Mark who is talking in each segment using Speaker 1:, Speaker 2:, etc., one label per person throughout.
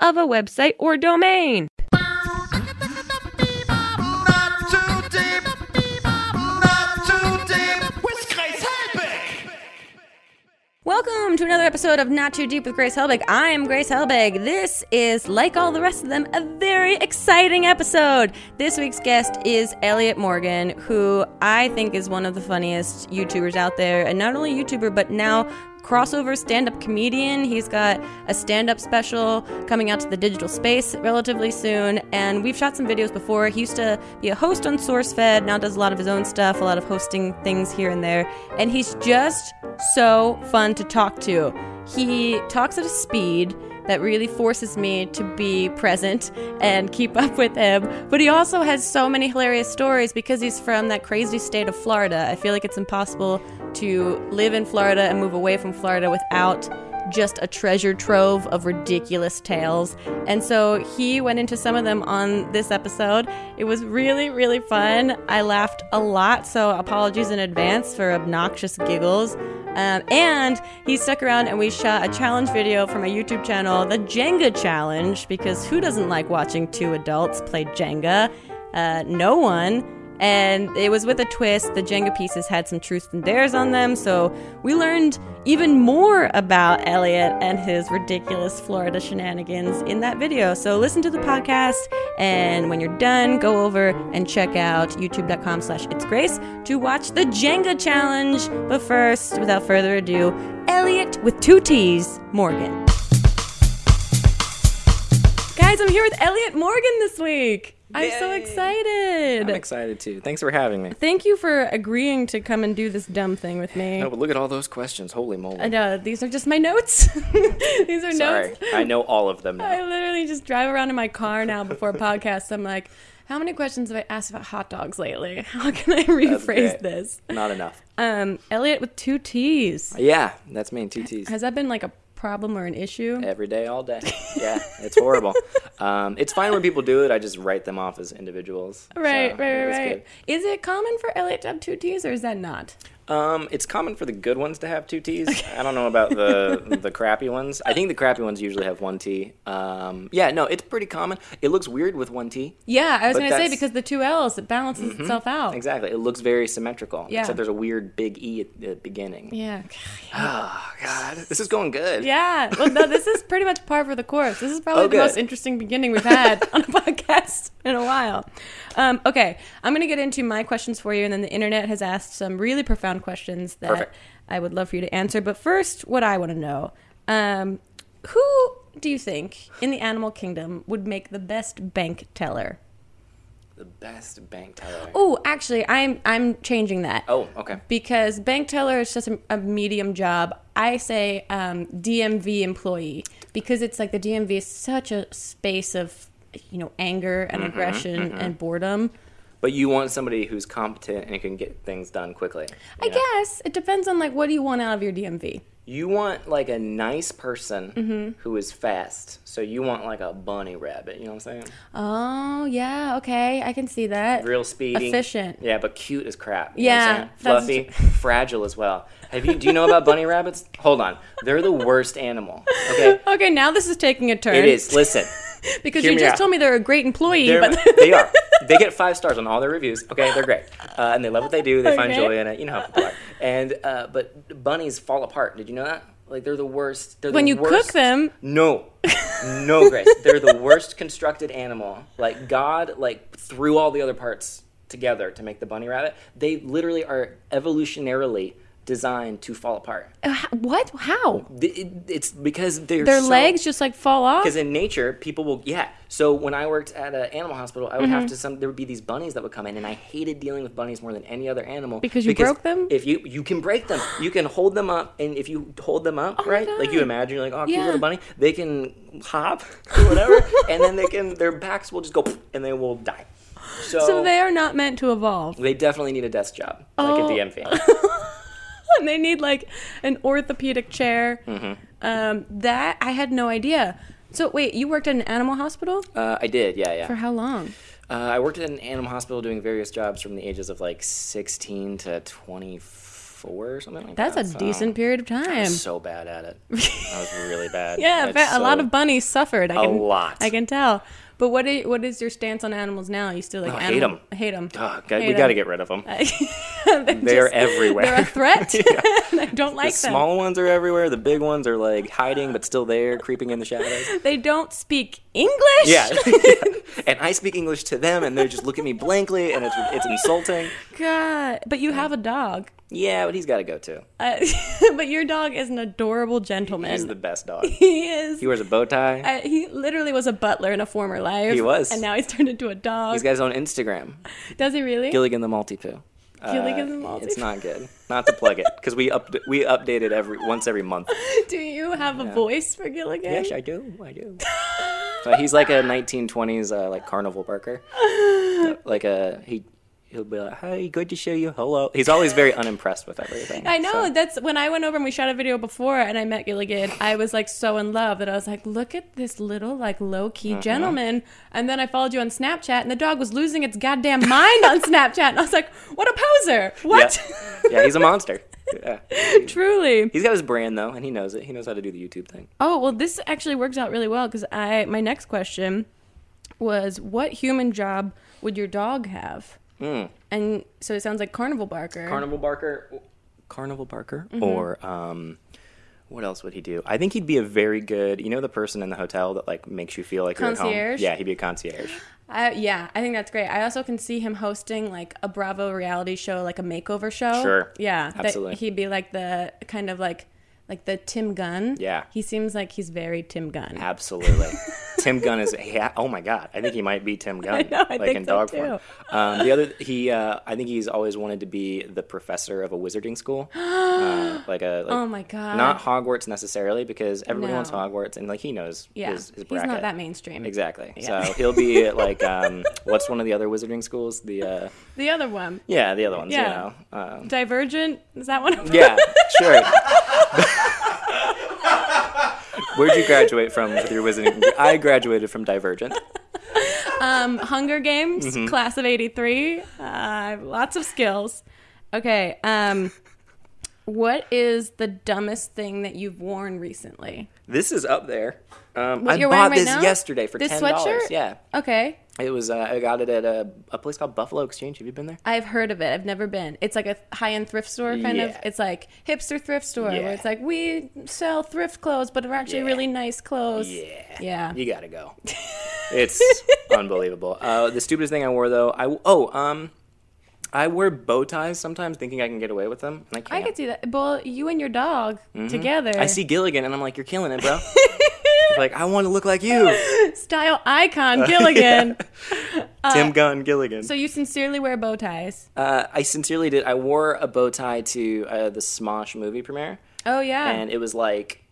Speaker 1: of a website or domain.
Speaker 2: Not too deep. Not too deep. With Grace Helbig.
Speaker 1: Welcome to another episode of Not Too Deep with Grace Helbig. I am Grace Helbig. This is, like all the rest of them, a very exciting episode. This week's guest is Elliot Morgan, who I think is one of the funniest YouTubers out there, and not only YouTuber, but now crossover stand-up comedian. He's got a stand-up special coming out to the digital space relatively soon, and we've shot some videos before. He used to be a host on SourceFed, now does a lot of his own stuff, a lot of hosting things here and there, and he's just so fun to talk to. He talks at a speed that really forces me to be present and keep up with him. But he also has so many hilarious stories because he's from that crazy state of Florida. I feel like it's impossible to live in Florida and move away from Florida without just a treasure trove of ridiculous tales. And so he went into some of them on this episode. It was really, really fun. I laughed a lot, so apologies in advance for obnoxious giggles. Um, and he stuck around and we shot a challenge video from my YouTube channel, the Jenga Challenge, because who doesn't like watching two adults play Jenga? Uh, no one. And it was with a twist. The Jenga pieces had some truth and dares on them, so we learned even more about Elliot and his ridiculous Florida shenanigans in that video. So listen to the podcast, and when you're done, go over and check out youtube.com slash it's grace to watch the Jenga challenge. But first, without further ado, Elliot with two T's, Morgan. Guys, I'm here with Elliot Morgan this week. I'm so excited.
Speaker 3: I'm excited too. Thanks for having me.
Speaker 1: Thank you for agreeing to come and do this dumb thing with me.
Speaker 3: No, but look at all those questions. Holy moly.
Speaker 1: I know these are just my notes. these are
Speaker 3: Sorry.
Speaker 1: notes.
Speaker 3: I know all of them now.
Speaker 1: I literally just drive around in my car now before podcasts. I'm like, how many questions have I asked about hot dogs lately? How can I rephrase
Speaker 3: great.
Speaker 1: this?
Speaker 3: Not enough.
Speaker 1: Um, Elliot with two T's.
Speaker 3: Yeah, that's me in two T's.
Speaker 1: Has that been like a problem or an issue?
Speaker 3: Every day, all day. Yeah, it's horrible. um, it's fine when people do it. I just write them off as individuals.
Speaker 1: Right,
Speaker 3: So,
Speaker 1: right,
Speaker 3: it's
Speaker 1: right, right. Is it common for Elliot to have two T's or is that not?
Speaker 3: good. Um, it's common for the good ones to have two T's. I don't know about the the crappy ones. I think the crappy ones usually have one T. Um, yeah, no, it's pretty common. It looks weird with one T.
Speaker 1: Yeah, I was
Speaker 3: But
Speaker 1: going to say
Speaker 3: that's- Mm-hmm.
Speaker 1: because the two L's, it balances itself out.
Speaker 3: Exactly. It looks very symmetrical.
Speaker 1: Yeah.
Speaker 3: Except there's a weird big E at the beginning.
Speaker 1: Yeah.
Speaker 3: Oh God, this is going good.
Speaker 1: Yeah. Well, no, this is pretty much par for the course. This is probably
Speaker 3: Oh,
Speaker 1: the most
Speaker 3: good.
Speaker 1: interesting beginning we've had on a podcast in a while. Um, okay, I'm going to get into my questions for you, and then the internet has asked some really profound questions that
Speaker 3: Perfect.
Speaker 1: I would love for you to answer. But first, what I want to know um, who do you think in the animal kingdom would make the best bank teller?
Speaker 3: The best bank teller.
Speaker 1: Oh, actually, I'm I'm changing that.
Speaker 3: Oh, okay.
Speaker 1: Because bank teller is just a, a medium job. I say um, DMV employee because it's like the DMV is such a space of you know anger and
Speaker 3: Mm-hmm,
Speaker 1: aggression and boredom.
Speaker 3: But you want somebody who's competent and can get things done quickly.
Speaker 1: I
Speaker 3: you know?
Speaker 1: guess it depends on like what do you want out of your DMV.
Speaker 3: You want like a nice person
Speaker 1: Mm-hmm.
Speaker 3: who is fast. So you want like a bunny rabbit. You know what I'm saying?
Speaker 1: Oh yeah, okay, I can see that.
Speaker 3: Real speedy,
Speaker 1: Efficient.
Speaker 3: Yeah, but cute as crap. you
Speaker 1: Yeah,
Speaker 3: know what I'm saying? fluffy, fragile as well. Have you? Do you know about bunny rabbits? Hold on, they're the worst animal. Okay,
Speaker 1: Okay, now this is taking a turn.
Speaker 3: it is. Listen,
Speaker 1: because
Speaker 3: hear
Speaker 1: you
Speaker 3: me
Speaker 1: just
Speaker 3: out.
Speaker 1: told me they're a great employee,
Speaker 3: They're-
Speaker 1: but
Speaker 3: they are. They get five stars on all their reviews. Okay, they're great, uh, and they love what they do. They find
Speaker 1: Okay.
Speaker 3: joy in it. You know how people are. And uh, but bunnies fall apart. Did you know that? Like they're the worst. They're
Speaker 1: when
Speaker 3: the
Speaker 1: you
Speaker 3: worst.
Speaker 1: cook them,
Speaker 3: no, no, Grace. They're the worst constructed animal. Like God, like threw all the other parts together to make the bunny rabbit. They literally are evolutionarily designed to fall apart.
Speaker 1: Oh.
Speaker 4: Uh, h- What? How?
Speaker 3: Th- it- It's because they're
Speaker 4: Their
Speaker 3: so-
Speaker 4: legs just like fall off?
Speaker 3: because in nature people will yeah so when i worked at an animal hospital i would
Speaker 4: Mm-hmm.
Speaker 3: have to some there would be these bunnies that would come in and i hated dealing with bunnies more than any other animal
Speaker 4: Because you broke them?
Speaker 3: if you you can break them you can hold them up and if you hold them up
Speaker 4: Oh my
Speaker 3: right like you
Speaker 4: God.
Speaker 3: imagine you're like oh cute
Speaker 4: Yeah.
Speaker 3: little bunny they can hop or whatever and then they can their backs will just go and they will die so,
Speaker 4: So
Speaker 3: they
Speaker 4: they are not meant to evolve.
Speaker 3: definitely need a desk job
Speaker 4: Oh.
Speaker 3: like at the mfa
Speaker 4: And they need like an orthopedic chair.
Speaker 3: Mm-hmm.
Speaker 4: Um, that I had no idea. So wait, you worked at an animal hospital
Speaker 3: uh, i did yeah yeah
Speaker 4: for how long?
Speaker 3: Uh, I worked at an animal hospital doing various jobs from the ages of like 16 to 24 or something like
Speaker 4: That's
Speaker 3: that.
Speaker 4: a
Speaker 3: so-
Speaker 4: decent period of
Speaker 3: I
Speaker 4: time.
Speaker 3: was uh, so bad at it. I was really bad.
Speaker 4: yeah,
Speaker 3: It's
Speaker 4: but a lot
Speaker 3: so-
Speaker 4: of bunnies suffered. I
Speaker 3: A
Speaker 4: can,
Speaker 3: lot.
Speaker 4: I can tell. But what is, what is your stance on animals now? You still like
Speaker 3: Oh, I hate
Speaker 4: animal,
Speaker 3: 'em.
Speaker 4: hate them.
Speaker 3: Oh, God, we got to get rid of them.
Speaker 4: they're
Speaker 3: They're everywhere.
Speaker 4: They're a threat. and I don't
Speaker 3: the
Speaker 4: like them.
Speaker 3: small ones are everywhere. The big ones are like hiding, but still there, creeping in the shadows.
Speaker 4: They don't speak English.
Speaker 3: Yeah. and I speak English to them, and they just look at me blankly, and it's it's insulting.
Speaker 4: God, but you have a dog.
Speaker 3: Yeah, but he's got to go too.
Speaker 4: Uh, but your dog is an adorable gentleman.
Speaker 3: He's the best dog.
Speaker 4: he is.
Speaker 3: He wears a bow tie.
Speaker 4: uh, he literally was a butler in a former life.
Speaker 3: He was.
Speaker 4: and now he's turned into a dog.
Speaker 3: He's got his own Instagram.
Speaker 4: Does he really?
Speaker 3: Gilligan the Multipoo.
Speaker 4: Gilligan the Multipoo.
Speaker 3: uh, It's not good. Not to plug it because we up we update it every once every month.
Speaker 4: Do you have a voice for Gilligan?
Speaker 3: Yes, I do. I do. But he's like a 1920s uh, like carnival barker. Like a he he'll be like, "Hey, good to see you. Hello." He's always very unimpressed with everything.
Speaker 4: I know.
Speaker 3: So,
Speaker 4: That's when I went over and we shot a video before and I met Gilligan. I was like so in love that I was like, look at this little, like, low key
Speaker 3: Uh-huh.
Speaker 4: gentleman. And then I followed you on Snapchat and the dog was losing its goddamn mind on Snapchat. And I was like, what a poser. What?
Speaker 3: Yeah. yeah, he's a monster. Yeah.
Speaker 4: Truly.
Speaker 3: He's got his brand though, and he knows it. He knows how to do the YouTube thing.
Speaker 4: Oh, well, this actually works out really well because I, my next question was, what human job would your dog have?
Speaker 3: Hmm.
Speaker 4: And so it sounds like carnival barker. Mm-hmm.
Speaker 3: Carnival barker, carnival barker, or um, what else would he do? I think he'd be a very good. You know, the person in the hotel that like makes you feel like you're at home.
Speaker 4: Concierge?
Speaker 3: Yeah, he'd be a concierge.
Speaker 4: I, yeah, I think that's great. I also can see him hosting like a Bravo reality show, like a makeover show.
Speaker 3: Sure.
Speaker 4: Yeah. that
Speaker 3: Absolutely.
Speaker 4: he'd be like the kind of like like the Tim Gunn.
Speaker 3: Yeah.
Speaker 4: He seems like he's very Tim Gunn.
Speaker 3: Absolutely. Tim Gunn is yeah, oh my god. I think he might be Tim Gunn.
Speaker 4: I know, I
Speaker 3: like
Speaker 4: think
Speaker 3: in
Speaker 4: so,
Speaker 3: dog
Speaker 4: too.
Speaker 3: form. Um, the other he uh, I think he's always wanted to be the professor of a wizarding school. Uh, like a like,
Speaker 4: Oh my God.
Speaker 3: Not Hogwarts necessarily because everybody
Speaker 4: No.
Speaker 3: wants Hogwarts and like he knows
Speaker 4: yeah.
Speaker 3: his, his
Speaker 4: he's
Speaker 3: bracket.
Speaker 4: not that mainstream.
Speaker 3: Exactly.
Speaker 4: Yeah.
Speaker 3: So he'll be at like um, what's one of the other wizarding schools? The uh,
Speaker 4: The other one,
Speaker 3: yeah, the other ones,
Speaker 4: Yeah.
Speaker 3: you know. Um,
Speaker 4: Divergent, is that one?
Speaker 3: yeah, sure. Where'd you graduate from with your wizarding? I graduated from Divergent.
Speaker 4: Um, Hunger Games,
Speaker 3: Mm-hmm.
Speaker 4: class of '83. Uh, I have lots of skills. Okay. Um, what is the dumbest thing that you've worn recently?
Speaker 3: This is up there. Um, I
Speaker 4: you're wearing
Speaker 3: bought
Speaker 4: right
Speaker 3: this
Speaker 4: now?
Speaker 3: yesterday for
Speaker 4: This
Speaker 3: ten dollars.
Speaker 4: sweatshirt?
Speaker 3: Yeah,
Speaker 4: Okay.
Speaker 3: it was. Uh, I got it at a, a place called Buffalo Exchange. Have you been there?
Speaker 4: I've heard of it. I've never been. It's like a high-end thrift store kind of.
Speaker 3: Yeah.
Speaker 4: It's like hipster thrift store
Speaker 3: Yeah.
Speaker 4: where it's like we sell thrift clothes, but are actually
Speaker 3: Yeah.
Speaker 4: really nice clothes.
Speaker 3: Yeah.
Speaker 4: Yeah.
Speaker 3: You gotta go. It's unbelievable. Uh, the stupidest thing I wore though. I oh um, I wear bow ties sometimes, thinking I can get away with them, and I
Speaker 4: I
Speaker 3: can't.
Speaker 4: could see that. Well, you and your dog together.
Speaker 3: Mm-hmm. I see Gilligan, and I'm like, you're killing it, bro. like I want to look like you,
Speaker 4: style icon Gilligan.
Speaker 3: Tim Gunn Gilligan.
Speaker 4: Uh, So you sincerely wear bow ties.
Speaker 3: uh, I sincerely did. I wore a bow tie to uh, the Smosh movie premiere.
Speaker 4: Oh yeah.
Speaker 3: and it was like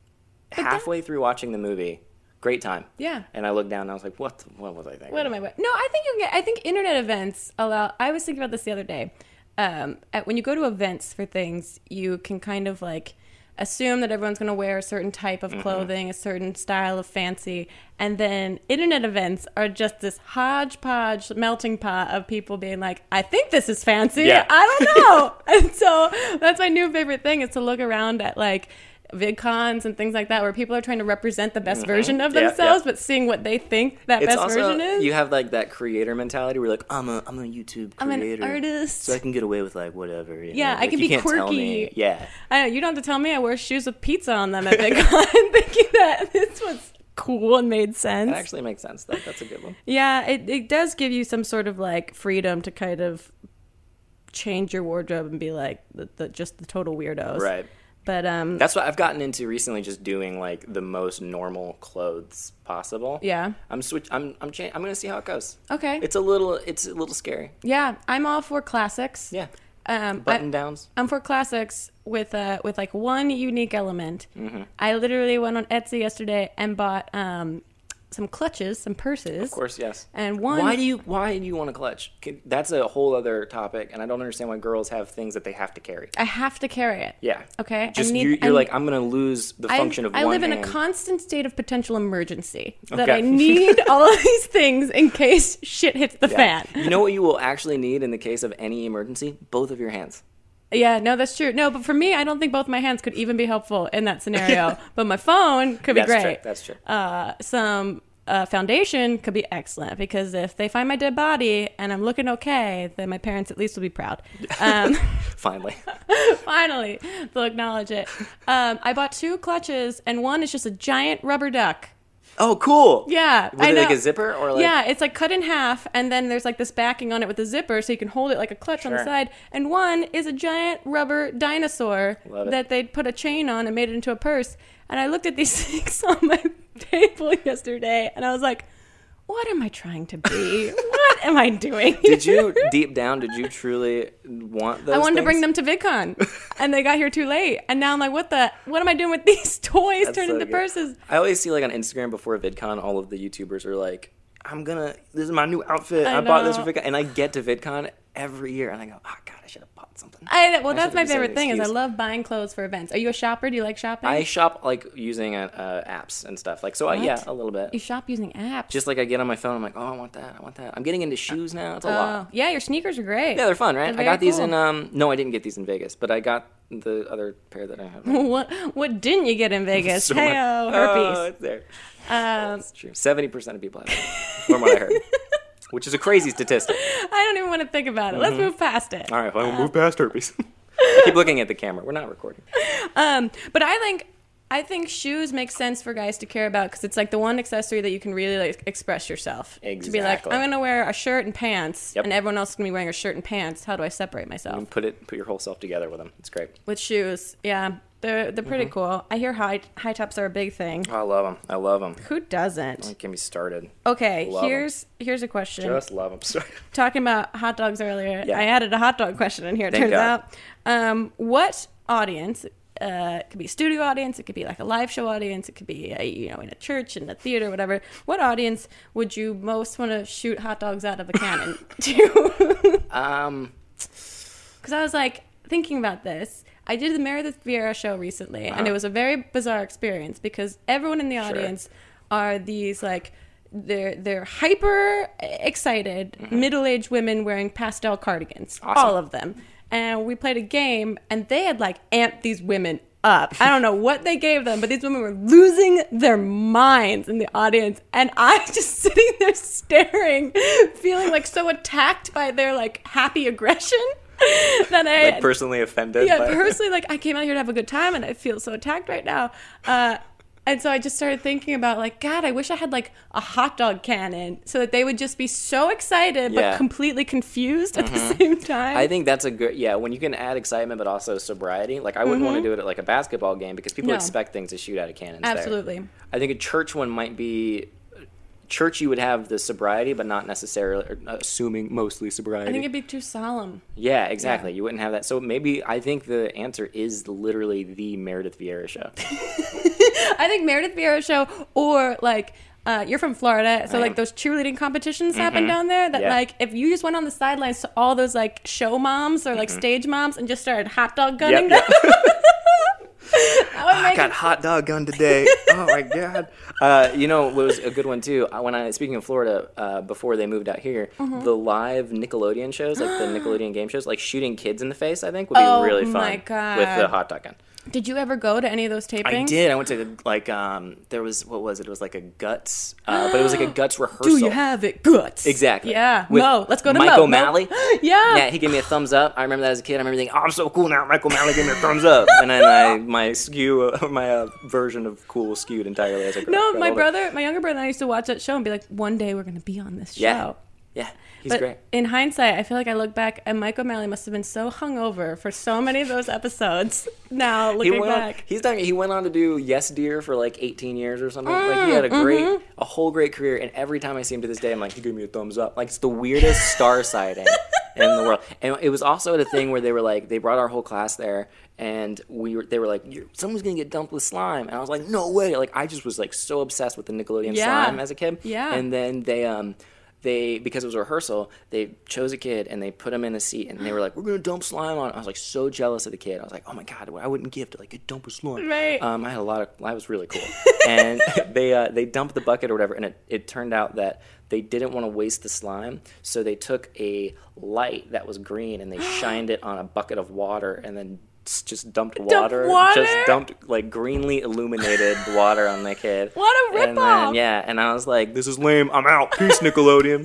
Speaker 3: halfway through watching the movie. Great time.
Speaker 4: Yeah.
Speaker 3: And I looked down and I was like, what? The, what was I thinking?
Speaker 4: What am I? wearing? No, I think you can get. I think internet events allow. I was thinking about this the other day. Um, at, when you go to events for things, you can kind of like assume that everyone's going to wear a certain type
Speaker 3: Mm-hmm.
Speaker 4: of clothing, a certain style of fancy, and then internet events are just this hodgepodge melting pot of people being like, "I think this is fancy.
Speaker 3: Yeah.
Speaker 4: I don't know." and so that's my new favorite thing is to look around at like. VidCons and things like that, where people are trying to represent the best version of
Speaker 3: Mm-hmm. Yeah, yeah.
Speaker 4: themselves, but seeing what they think that
Speaker 3: It's
Speaker 4: best
Speaker 3: also
Speaker 4: version is.
Speaker 3: you have like that creator mentality where you're like I'm a I'm a YouTube
Speaker 4: I'm an
Speaker 3: creator,
Speaker 4: artist.
Speaker 3: so I can get away with like whatever. you
Speaker 4: Yeah,
Speaker 3: know,
Speaker 4: I
Speaker 3: like,
Speaker 4: can
Speaker 3: you
Speaker 4: be
Speaker 3: can't tell me.
Speaker 4: quirky.
Speaker 3: Yeah,
Speaker 4: I know you don't have to tell me I wear shoes with pizza on them at VidCon, thinking that this was cool and made sense.
Speaker 3: that actually makes sense. Though. That's a good one.
Speaker 4: yeah, it, it does give you some sort of like freedom to kind of change your wardrobe and be like the, the, just the total weirdos.
Speaker 3: Right.
Speaker 4: But um,
Speaker 3: That's what I've gotten into recently, just doing like the most normal clothes possible.
Speaker 4: Yeah.
Speaker 3: I'm switch. I'm I'm cha- I'm gonna see how it goes.
Speaker 4: Okay.
Speaker 3: It's a little it's a little scary.
Speaker 4: yeah, I'm all for classics.
Speaker 3: Yeah.
Speaker 4: Um,
Speaker 3: Button
Speaker 4: I-
Speaker 3: downs.
Speaker 4: I'm for classics with uh with like one unique element.
Speaker 3: Mm-hmm.
Speaker 4: I literally went on Etsy yesterday and bought um some clutches, some purses.
Speaker 3: Of course, yes.
Speaker 4: And one
Speaker 3: Why do you why do you want to clutch? Can- That's a whole other topic, and I don't understand why girls have things that they have to carry.
Speaker 4: I have to carry it.
Speaker 3: Yeah.
Speaker 4: Okay.
Speaker 3: Just
Speaker 4: I need,
Speaker 3: you,
Speaker 4: I-
Speaker 3: you're like I'm gonna lose the
Speaker 4: I-
Speaker 3: function of
Speaker 4: I
Speaker 3: one
Speaker 4: live in
Speaker 3: hand.
Speaker 4: a constant state of potential emergency that
Speaker 3: Okay.
Speaker 4: I need all of these things in case shit hits the
Speaker 3: Yeah.
Speaker 4: fan.
Speaker 3: You know what you will actually need in the case of any emergency? Both of your hands.
Speaker 4: Yeah, no, that's true. No, but for me, I don't think both my hands could even be helpful in that scenario. But my phone could be
Speaker 3: That's
Speaker 4: great.
Speaker 3: true. That's true.
Speaker 4: Uh, some uh, foundation could be excellent because if they find my dead body and I'm looking okay, then my parents at least will be proud. Um,
Speaker 3: Finally.
Speaker 4: finally, they'll acknowledge it. Um, I bought two clutches, and one is just a giant rubber duck.
Speaker 3: Oh, cool.
Speaker 4: Yeah,
Speaker 3: Was
Speaker 4: I
Speaker 3: it like
Speaker 4: know.
Speaker 3: a zipper or like?
Speaker 4: yeah, it's like cut in half, and then there's like this backing on it with a zipper, so you can hold it like a clutch on the
Speaker 3: Sure.
Speaker 4: side. And one is a giant rubber dinosaur
Speaker 3: Love it.
Speaker 4: that they'd put a chain on and made it into a purse. And I looked at these things on my table yesterday, and I was like, "What am I trying to be? what am I doing?"
Speaker 3: Did you deep down? Did you truly want those?
Speaker 4: I wanted to bring
Speaker 3: things?
Speaker 4: them to VidCon, and they got here too late. And now I'm like, "What the? What am I doing with these toys
Speaker 3: That's
Speaker 4: turned
Speaker 3: so
Speaker 4: into
Speaker 3: good.
Speaker 4: purses?"
Speaker 3: I always see like on Instagram before VidCon, all of the YouTubers are like, "I'm gonna. This is my new outfit.
Speaker 4: I
Speaker 3: I, bought this for
Speaker 4: know.
Speaker 3: VidCon." And I get to VidCon every year, and I go, "Oh God, I should have bought something."
Speaker 4: I, well, that's
Speaker 3: should've
Speaker 4: my
Speaker 3: used that
Speaker 4: favorite thing is I
Speaker 3: excuse.
Speaker 4: love buying clothes for events. Are you a shopper? Do you like shopping?
Speaker 3: I shop like using uh, uh, apps and stuff. Like so, I, yeah, a little bit.
Speaker 4: You shop using apps.
Speaker 3: Just like I get on my phone, I'm like, "Oh, I want that. I want that." I'm getting into shoes now. It's a
Speaker 4: oh,
Speaker 3: lot.
Speaker 4: yeah, your sneakers are great.
Speaker 3: Yeah, they're fun, right?
Speaker 4: They're
Speaker 3: I got
Speaker 4: very
Speaker 3: these in.
Speaker 4: cool.
Speaker 3: um No, I didn't get these in Vegas, but I got the other pair that I have.
Speaker 4: what what didn't you get in Vegas?
Speaker 3: So
Speaker 4: hey,
Speaker 3: much-
Speaker 4: oh,
Speaker 3: Oh,
Speaker 4: herpes.
Speaker 3: it's there.
Speaker 4: um,
Speaker 3: It's true. Seventy percent of people have it, from what I heard, which is a crazy statistic.
Speaker 4: I don't even want to think about it. Let's move past it.
Speaker 3: Mm-hmm. All right, well, I will move past herpes. I keep looking at the camera. We're not recording.
Speaker 4: Um, but I think I think shoes make sense for guys to care about because it's like the one accessory that you can really like express yourself. To be like,
Speaker 3: Exactly.
Speaker 4: I'm gonna wear a shirt and pants,
Speaker 3: Yep. Mm-hmm.
Speaker 4: and everyone else is gonna be wearing a shirt and pants. How do I separate myself?
Speaker 3: And Um, put it, put your whole self together with them. It's great.
Speaker 4: With shoes, yeah, they're they're
Speaker 3: Mm-hmm.
Speaker 4: pretty cool. I hear high high tops are a big thing.
Speaker 3: Oh, I love them. I love them.
Speaker 4: Who doesn't?
Speaker 3: Get me started.
Speaker 4: Okay,
Speaker 3: Love 'em.
Speaker 4: here's here's a question.
Speaker 3: Just love them. Sorry.
Speaker 4: talking about hot dogs earlier,
Speaker 3: Yeah.
Speaker 4: I added a hot dog question in here. it
Speaker 3: Thank
Speaker 4: turns
Speaker 3: God.
Speaker 4: out, um, what audience? Uh, it could be a studio audience. It could be like a live show audience. It could be uh you know in a church, in a theater, whatever. What audience would you most want to shoot hot dogs out of a cannon to?
Speaker 3: Um,
Speaker 4: Because I was like thinking about this. I did the Meredith Vieira show recently, and it was a very bizarre experience because everyone in the audience are these like they're they're hyper eh, excited middle aged women wearing pastel cardigans,
Speaker 3: Awesome.
Speaker 4: all of them. And we played a game, and they had like amped these women up. I don't know what they gave them, but these women were losing their minds in the audience, and I just sitting there staring, feeling like so attacked by their like happy aggression that I
Speaker 3: like personally offended.
Speaker 4: yeah,
Speaker 3: by-
Speaker 4: personally, like I came out here to have a good time, and I feel so attacked right now. Uh, and so I just started thinking about like, God, I wish I had like a hot dog cannon, so that they would just be so excited but
Speaker 3: Yeah. Mm-hmm.
Speaker 4: completely confused at the same time.
Speaker 3: I think that's a good yeah. When you can add excitement but also sobriety, like I wouldn't
Speaker 4: Mm-hmm.
Speaker 3: want to do it at like a basketball game because people
Speaker 4: No.
Speaker 3: expect things to shoot out of cannons. there.
Speaker 4: Absolutely.
Speaker 3: I think a church one might be church. You would have the sobriety, but not necessarily or uh, assuming mostly sobriety.
Speaker 4: I think it'd be too solemn.
Speaker 3: yeah, exactly. You wouldn't have that. So maybe I think the answer is literally the Meredith Vieira show.
Speaker 4: I think Meredith Vieira show or like. Uh, you're from Florida, so like those cheerleading competitions happen down there. That
Speaker 3: Mm-hmm. Yeah.
Speaker 4: like if you just went on the sidelines to all those like show moms or like stage moms and just started hot dog gunning
Speaker 3: Mm-hmm. yep.
Speaker 4: them, that would
Speaker 3: I
Speaker 4: make
Speaker 3: got
Speaker 4: it
Speaker 3: hot dog gun today. oh my god! Uh, you know what was a good one too? I- When I speaking of Florida, uh, before they moved out here, the live Nickelodeon shows, like the Nickelodeon game shows, like shooting kids in the face, I think would be
Speaker 4: Oh
Speaker 3: really fun
Speaker 4: my
Speaker 3: with the
Speaker 4: God.
Speaker 3: hot dog gun.
Speaker 4: Did you ever go to any of those tapings?
Speaker 3: I did. I went to like um, there was what was it? It was like a guts, uh, but it was like a guts rehearsal.
Speaker 4: Do you have it? Guts.
Speaker 3: Exactly.
Speaker 4: Yeah.
Speaker 3: With
Speaker 4: Mo. Let's go to
Speaker 3: Mike
Speaker 4: Mo.
Speaker 3: O'Malley.
Speaker 4: Mo. Yeah.
Speaker 3: Yeah, he gave me a thumbs up. I remember that as a kid. I remember thinking, "Oh, I'm so cool now." Michael Malley gave me a thumbs up, and then I, my skew, my uh, version of cool was skewed entirely as I grew
Speaker 4: no,
Speaker 3: got
Speaker 4: my
Speaker 3: older.
Speaker 4: brother, my younger brother, and I used to watch that show and be like, one day we're gonna be on this show.
Speaker 3: Yeah. Yeah, he's
Speaker 4: But
Speaker 3: great.
Speaker 4: in hindsight, I feel like I look back and Mike O'Malley must have been so hungover for so many of those episodes. Now
Speaker 3: He
Speaker 4: looking
Speaker 3: went, on,
Speaker 4: back,
Speaker 3: he's done, he went on to do Yes Dear for like 18 years or something. like he had
Speaker 4: Mm,
Speaker 3: a great,
Speaker 4: mm-hmm.
Speaker 3: a whole great career. And every time I see him to this day, I'm like, he gave me a thumbs up. Like it's the weirdest star sighting in the world. And it was also at a thing where they were like, they brought our whole class there, and we were, they were like, You're, someone's gonna get dumped with slime. And I was like, no way. Like I just was like so obsessed with the Nickelodeon
Speaker 4: Yeah.
Speaker 3: slime as a kid.
Speaker 4: Yeah.
Speaker 3: And then they um they because it was a rehearsal, they chose a kid and they put him in a seat and they were like, We're gonna dump slime on him." I was like so jealous of the kid. I was like, Oh my god, I wouldn't give to like a dump of slime.
Speaker 4: Right.
Speaker 3: Um I had a lot of I was really cool. and they uh, they dumped the bucket or whatever and it, it turned out that they didn't want to waste the slime, so they took a light that was green and they shined it on a bucket of water and then s- just dumped water, just
Speaker 4: water?
Speaker 3: dumped like greenly illuminated water on the kid.
Speaker 4: What a
Speaker 3: And then,
Speaker 4: ripoff.
Speaker 3: yeah, and I was like, this is lame. I'm out. Peace, Nickelodeon.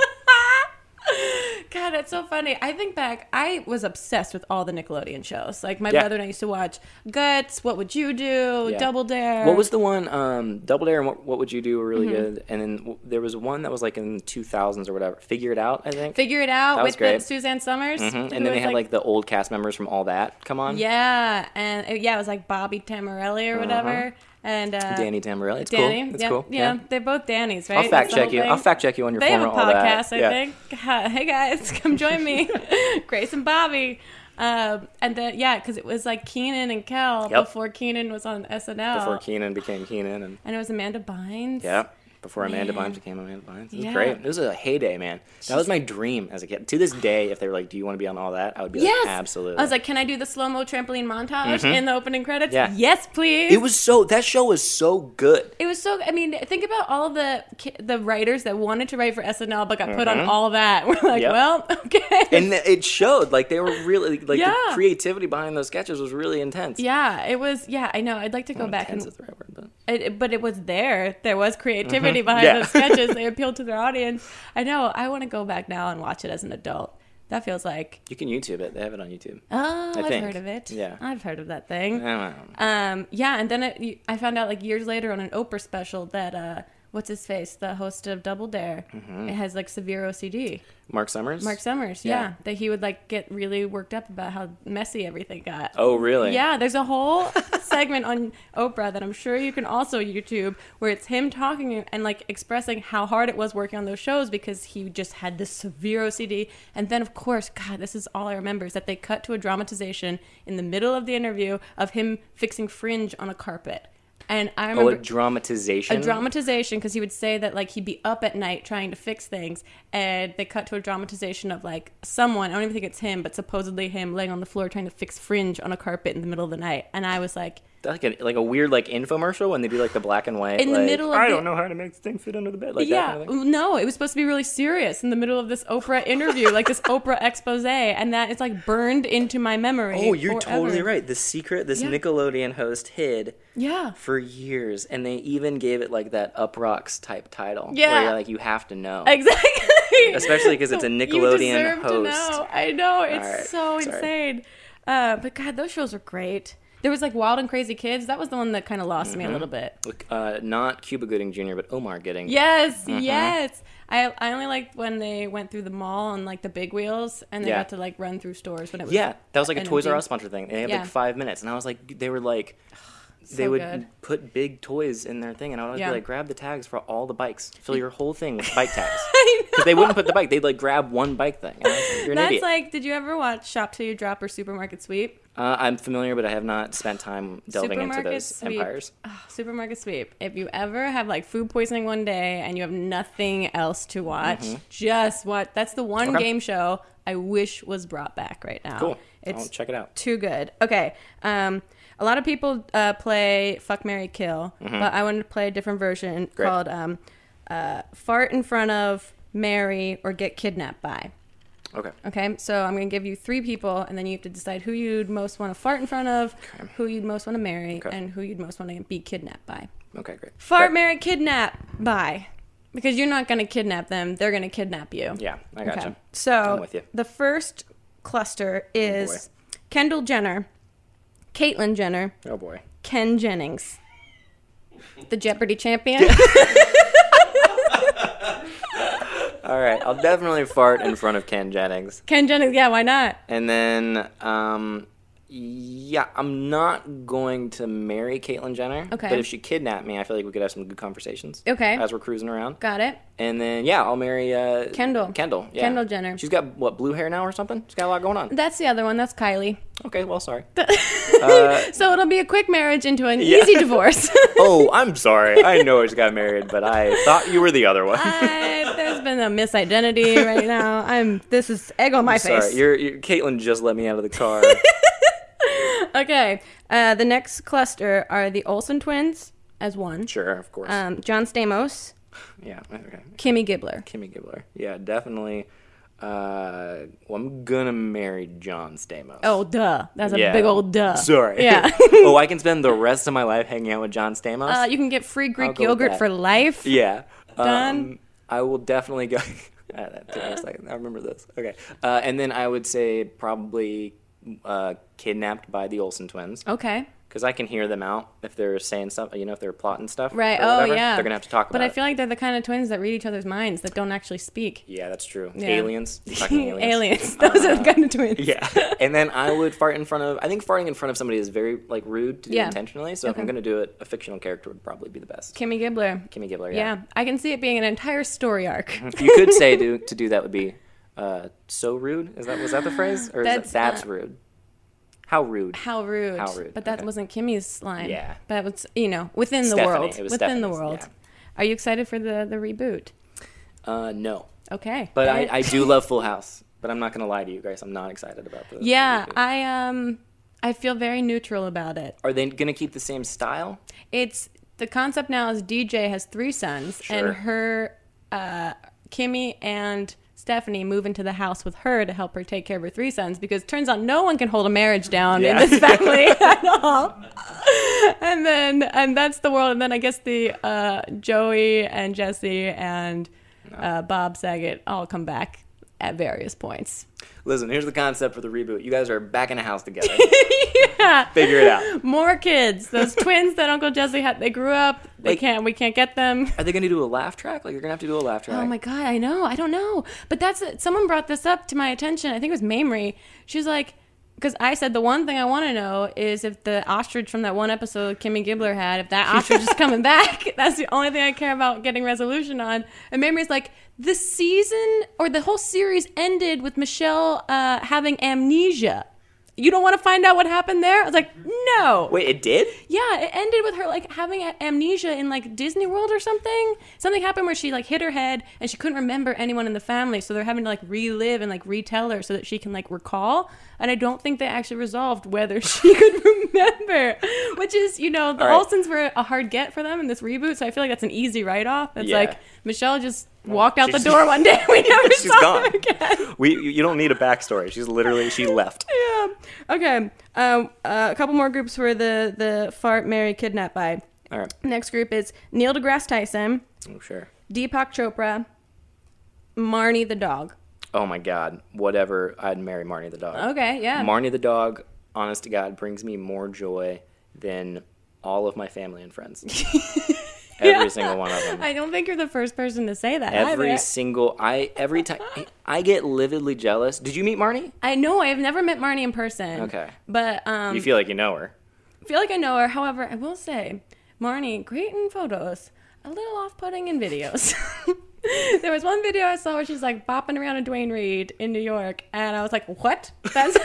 Speaker 4: God, that's so funny. I think back, I was obsessed with all the Nickelodeon shows. Like my
Speaker 3: Yeah.
Speaker 4: brother and I used to watch Guts, What Would You Do,
Speaker 3: Yeah.
Speaker 4: Double Dare.
Speaker 3: what was the one? Um, Double Dare and what, what Would You Do were really
Speaker 4: Mm-hmm.
Speaker 3: good. And then w- there was one that was like in the 2000s or whatever. Figure It Out, I think.
Speaker 4: Figure It Out
Speaker 3: That was
Speaker 4: with
Speaker 3: great.
Speaker 4: Suzanne Summers?
Speaker 3: Mhm.
Speaker 4: who
Speaker 3: And then they
Speaker 4: was,
Speaker 3: had like, the old cast members from All That come on.
Speaker 4: yeah, and uh, yeah, it was like Bobby Tamarelli or whatever, and uh,
Speaker 3: Uh-huh. Danny Tamarelli. It's
Speaker 4: Danny,
Speaker 3: cool. It's
Speaker 4: yeah,
Speaker 3: cool.
Speaker 4: yeah, they're both Danny's, right?
Speaker 3: I'll
Speaker 4: That's
Speaker 3: fact
Speaker 4: the whole
Speaker 3: check you.
Speaker 4: thing.
Speaker 3: I'll fact check you on your
Speaker 4: They have
Speaker 3: former
Speaker 4: a
Speaker 3: All That.
Speaker 4: podcast, I
Speaker 3: Yeah.
Speaker 4: think. God, hey guys, come join me, Grace and Bobby. Um, and then yeah, because it was like Keenan and Kel
Speaker 3: Yep.
Speaker 4: before Keenan was on SNL,
Speaker 3: Before Keenan became Keenan. And
Speaker 4: and it was Amanda Bynes.
Speaker 3: Yeah. Before Amanda
Speaker 4: Man.
Speaker 3: Bynes became Amanda Bynes. It was
Speaker 4: Yeah.
Speaker 3: great. It was a heyday, man. That was my dream as a kid. To this day, if they were like, Do you want to be on all that? I would be
Speaker 4: Yes,
Speaker 3: like, Absolutely. Mm-hmm.
Speaker 4: I was like, can I do the slow mo trampoline montage in the opening credits?
Speaker 3: Yeah.
Speaker 4: Yes, please.
Speaker 3: It was so that show was so good.
Speaker 4: It was so. I mean, think about all the ki- the writers that wanted to write for SNL but got put on all that. We're like,
Speaker 3: Mm-hmm. Yep.
Speaker 4: well, okay.
Speaker 3: And th- it showed like they were really like
Speaker 4: Yeah.
Speaker 3: the creativity behind those sketches was really intense.
Speaker 4: yeah, it was. Yeah, I know. I'd like to go back
Speaker 3: intense
Speaker 4: and
Speaker 3: is the right word, but
Speaker 4: it, it- but it was there. There was creativity behind
Speaker 3: Mm-hmm. Yeah.
Speaker 4: those sketches. They appealed to their audience. I know. I want to go back now and watch it as an adult. That feels like
Speaker 3: you can YouTube it. They have it on YouTube.
Speaker 4: oh,
Speaker 3: I
Speaker 4: I've
Speaker 3: think.
Speaker 4: heard of it.
Speaker 3: Yeah.
Speaker 4: I've heard of that thing.
Speaker 3: I don't know.
Speaker 4: Um, yeah, and then it, you- I found out like years later on an Oprah special that uh, what's his face, the host of Double Dare, it has like severe OCD.
Speaker 3: Mark Summers.
Speaker 4: Mark Summers, yeah.
Speaker 3: Mm-hmm. Yeah.
Speaker 4: that he would like get really worked up about how messy everything got.
Speaker 3: Oh really?
Speaker 4: Yeah, there's a whole segment on Oprah that I'm sure you can also YouTube where it's him talking and like expressing how hard it was working on those shows because he just had this severe OCD. And then, of course, God, this is all I remember is that they cut to a dramatization in the middle of the interview of him fixing fringe on a carpet. And I
Speaker 3: Oh,
Speaker 4: remember
Speaker 3: a dramatization.
Speaker 4: a dramatization because he would say that like he'd be up at night trying to fix things and they cut to a dramatization of like someone i don't even think it's him but supposedly him laying on the floor trying to fix fringe on a carpet in the middle of the night and i was like
Speaker 3: like a like a weird like infomercial when they do like the black and white.
Speaker 4: In the
Speaker 3: like,
Speaker 4: middle of
Speaker 3: I
Speaker 4: the-
Speaker 3: don't know how to make this thing fit under the bed. Like that
Speaker 4: yeah
Speaker 3: kind of thing.
Speaker 4: no it was supposed to be really serious in the middle of this oprah interview like this oprah expose and that is like burned into my memory
Speaker 3: Oh, you're
Speaker 4: forever.
Speaker 3: totally right. The secret this
Speaker 4: Yeah.
Speaker 3: Nickelodeon host hid
Speaker 4: yeah
Speaker 3: for years, and they even gave it like that up rocks type title.
Speaker 4: Yeah.
Speaker 3: where you're like you have to know.
Speaker 4: Exactly.
Speaker 3: Especially 'cause it's a
Speaker 4: You
Speaker 3: Nickelodeon
Speaker 4: deserve to
Speaker 3: host.
Speaker 4: know. I know. It's
Speaker 3: right,
Speaker 4: so
Speaker 3: sorry.
Speaker 4: insane. Uh, but God, those shows were great. There was like Wild and Crazy Kids. That was the one that kind of lost me a little bit.
Speaker 3: Look, uh, not Cuba Gooding Jr., but Omar Gooding.
Speaker 4: Yes,
Speaker 3: Mm-hmm.
Speaker 4: yes. I, I only liked when they went through the mall on like the big wheels and they
Speaker 3: Yeah.
Speaker 4: got to like run through stores when it was
Speaker 3: Yeah, that was like a
Speaker 4: an
Speaker 3: Toys R
Speaker 4: empty-
Speaker 3: Us sponsor thing. They had
Speaker 4: Yeah.
Speaker 3: like five minutes, and I was like, they were like, they
Speaker 4: so
Speaker 3: would
Speaker 4: good.
Speaker 3: put big toys in their thing, and I would always
Speaker 4: Yeah.
Speaker 3: be like, grab the tags for all the bikes, fill your whole thing with bike tags, because they wouldn't put the bike. They'd like grab one bike thing. And I was like, You're an
Speaker 4: That's
Speaker 3: idiot.
Speaker 4: like, did you ever watch Shop Till You Drop or Supermarket Sweep?
Speaker 3: uh, I'm familiar, but I have not spent time delving into
Speaker 4: Supermarket
Speaker 3: those
Speaker 4: sweep.
Speaker 3: empires.
Speaker 4: Ah, supermarket sweep. If you ever have like food poisoning one day and you have nothing else to watch, just watch. That's the one
Speaker 3: Mm-hmm. Okay.
Speaker 4: game show I wish was brought back right now.
Speaker 3: Cool.
Speaker 4: It's
Speaker 3: I'll check it out.
Speaker 4: too good. Okay. Um, a lot of people uh, play Fuck Mary Kill, but I wanted to play a different version
Speaker 3: Mm-hmm. Great.
Speaker 4: called um, uh, Fart in Front of Mary or Get Kidnapped by.
Speaker 3: Okay.
Speaker 4: Okay, so I'm gonna give you three people, and then you have to decide who you'd most want to fart in front of, who you'd most want to marry,
Speaker 3: Okay.
Speaker 4: and who you'd most want to be kidnapped by.
Speaker 3: Okay. Great.
Speaker 4: Fart,
Speaker 3: Great.
Speaker 4: marry, kidnap, by, because you're not gonna kidnap them; they're gonna kidnap you.
Speaker 3: Yeah, I gotcha.
Speaker 4: Okay. So
Speaker 3: I'm with you. Oh,
Speaker 4: the first cluster is Kendall Jenner, Caitlyn Jenner,
Speaker 3: Oh boy.
Speaker 4: Ken Jennings, the Jeopardy champion.
Speaker 3: All right. I'll definitely fart in front of Ken Jennings.
Speaker 4: Ken Jennings, yeah, why not?
Speaker 3: And then, um, yeah, I'm not going to marry Caitlyn Jenner.
Speaker 4: Okay.
Speaker 3: But if she kidnapped me, I feel like we could have some good conversations.
Speaker 4: Okay.
Speaker 3: As we're cruising around.
Speaker 4: Got it.
Speaker 3: And then, yeah, I'll marry uh,
Speaker 4: Kendall.
Speaker 3: Kendall. Yeah.
Speaker 4: Kendall Jenner.
Speaker 3: She's got what blue hair now or something. She's got a lot going on.
Speaker 4: That's the other one. That's Kylie.
Speaker 3: Okay. Well, sorry.
Speaker 4: so it'll be a quick marriage into an easy divorce.
Speaker 3: oh, I'm sorry. I know I just got married, but I thought you were the other one.
Speaker 4: I, there's been a misidentity right now. I'm. This is egg on my face.
Speaker 3: Sorry, you're, you're, Caitlin just let me out of the car.
Speaker 4: Okay. Uh, the next cluster are the Olsen twins as one.
Speaker 3: sure, of course.
Speaker 4: Um, John Stamos,
Speaker 3: yeah, okay.
Speaker 4: Kimmy Gibbler.
Speaker 3: Kimmy Gibbler. Yeah, definitely. Uh, well, I'm gonna marry John Stamos.
Speaker 4: Oh, duh. That's a
Speaker 3: Yeah.
Speaker 4: big old duh.
Speaker 3: sorry.
Speaker 4: Yeah.
Speaker 3: oh, I can spend the rest of my life hanging out with John Stamos.
Speaker 4: Uh, you can get free Greek
Speaker 3: go with
Speaker 4: yogurt
Speaker 3: that.
Speaker 4: for life.
Speaker 3: yeah. Um,
Speaker 4: done.
Speaker 3: I will definitely go. Ah, that took me a second. I remember this. Okay. Uh, and then I would say probably uh, kidnapped by the Olsen twins.
Speaker 4: Okay.
Speaker 3: because I can hear them out if they're saying something, you know, if they're plotting stuff.
Speaker 4: Right.
Speaker 3: or
Speaker 4: Oh,
Speaker 3: whatever,
Speaker 4: yeah.
Speaker 3: They're gonna have to talk about.
Speaker 4: But I
Speaker 3: it.
Speaker 4: feel like they're the kind of twins that read each other's minds that don't actually speak.
Speaker 3: Yeah, that's true.
Speaker 4: Yeah.
Speaker 3: Aliens. You're talking aliens.
Speaker 4: Those are the kind of twins.
Speaker 3: Yeah. and then I would fart in front of. I think farting in front of somebody is very like rude to do
Speaker 4: Yeah.
Speaker 3: intentionally. So if I'm
Speaker 4: Okay.
Speaker 3: gonna do it, a fictional character would probably be the best.
Speaker 4: Kimmy Gibbler.
Speaker 3: Kimmy Gibbler.
Speaker 4: Yeah.
Speaker 3: Yeah. Mm-hmm.
Speaker 4: I can see it being an entire story arc.
Speaker 3: you could say to to do that would be uh, so rude. Is that was that the phrase or is
Speaker 4: That's,
Speaker 3: that that's
Speaker 4: uh,
Speaker 3: rude? How rude.
Speaker 4: How rude.
Speaker 3: How rude,
Speaker 4: But that
Speaker 3: okay.
Speaker 4: wasn't Kimmy's line.
Speaker 3: Yeah.
Speaker 4: But it was, you know, within the
Speaker 3: Stephanie,
Speaker 4: world.
Speaker 3: it was
Speaker 4: within the
Speaker 3: Stephanie's,
Speaker 4: world.
Speaker 3: yeah.
Speaker 4: Are you excited for the, the reboot?
Speaker 3: Uh, no.
Speaker 4: Okay.
Speaker 3: But I, I do love Full House. But I'm not gonna lie to you guys. I'm not excited about this.
Speaker 4: Yeah, I um I feel very neutral about it.
Speaker 3: Are they gonna keep the same style?
Speaker 4: It's the concept now is DJ has three sons
Speaker 3: Sure.
Speaker 4: and her uh Kimmy and Stephanie move into the house with her to help her take care of her three sons because turns out no one can hold a marriage down
Speaker 3: Yeah.
Speaker 4: in this family at all. And then and that's the world and then I guess the uh Joey and Jesse and uh, Bob Saget all come back at various points.
Speaker 3: Listen, here's the concept for the reboot. You guys are back in a house together. Figure it out.
Speaker 4: More kids. Those twins that Uncle Jesse had. They grew up. They
Speaker 3: Like-
Speaker 4: can't. We can't get them.
Speaker 3: Are they going to do a laugh track? Like, you're going to have to do a laugh track.
Speaker 4: Oh my god, I know. I don't know. But that's it. someone brought this up to my attention. I think it was Mamrie. She was like, because I said the one thing I want to know is if the ostrich from that one episode Kimmy Gibbler had, if that ostrich is coming back. That's the only thing I care about getting resolution on. And Mamrie's like, the season or the whole series ended with Michelle uh, having amnesia. You don't want to find out what happened there? I was like, no.
Speaker 3: Wait, it did?
Speaker 4: Yeah, it ended with her like having a- amnesia in like Disney World or something. Something happened where she like hit her head and she couldn't remember anyone in the family, so they're having to like relive and like retell her so that she can like recall. And I don't think they actually resolved whether she could remember, which is you know the
Speaker 3: All right.
Speaker 4: Olsons were a hard get for them in this reboot, so I feel like that's an easy write off. It's
Speaker 3: Yeah.
Speaker 4: like Michelle just walked out the
Speaker 3: she's-
Speaker 4: door one day. We never
Speaker 3: She's
Speaker 4: saw her
Speaker 3: gone.
Speaker 4: again.
Speaker 3: We, you- you don't need a backstory. She's literally, she left.
Speaker 4: Yeah. Okay. Um, uh, a couple more groups were the the fart, marry, kidnap, by.
Speaker 3: All right.
Speaker 4: Next group is Neil deGrasse Tyson,
Speaker 3: Oh, sure.
Speaker 4: Deepak Chopra, Marnie the dog.
Speaker 3: Oh, my God. Whatever. I'd marry Marnie the dog.
Speaker 4: Okay, yeah.
Speaker 3: Marnie the dog, honest to God, brings me more joy than all of my family and friends. Every single one of them.
Speaker 4: I don't think you're the first person to say that.
Speaker 3: Every
Speaker 4: either.
Speaker 3: single, I, every time, I get lividly jealous. Did you meet Marnie?
Speaker 4: I know I've never met Marnie in person.
Speaker 3: Okay.
Speaker 4: But um
Speaker 3: You feel like you know her.
Speaker 4: feel like I know her. However, I will say, Marnie, great in photos, a little off putting in videos. there was one video I saw where she's like bopping around a Dwayne Reed in New York, and I was like, what? That's,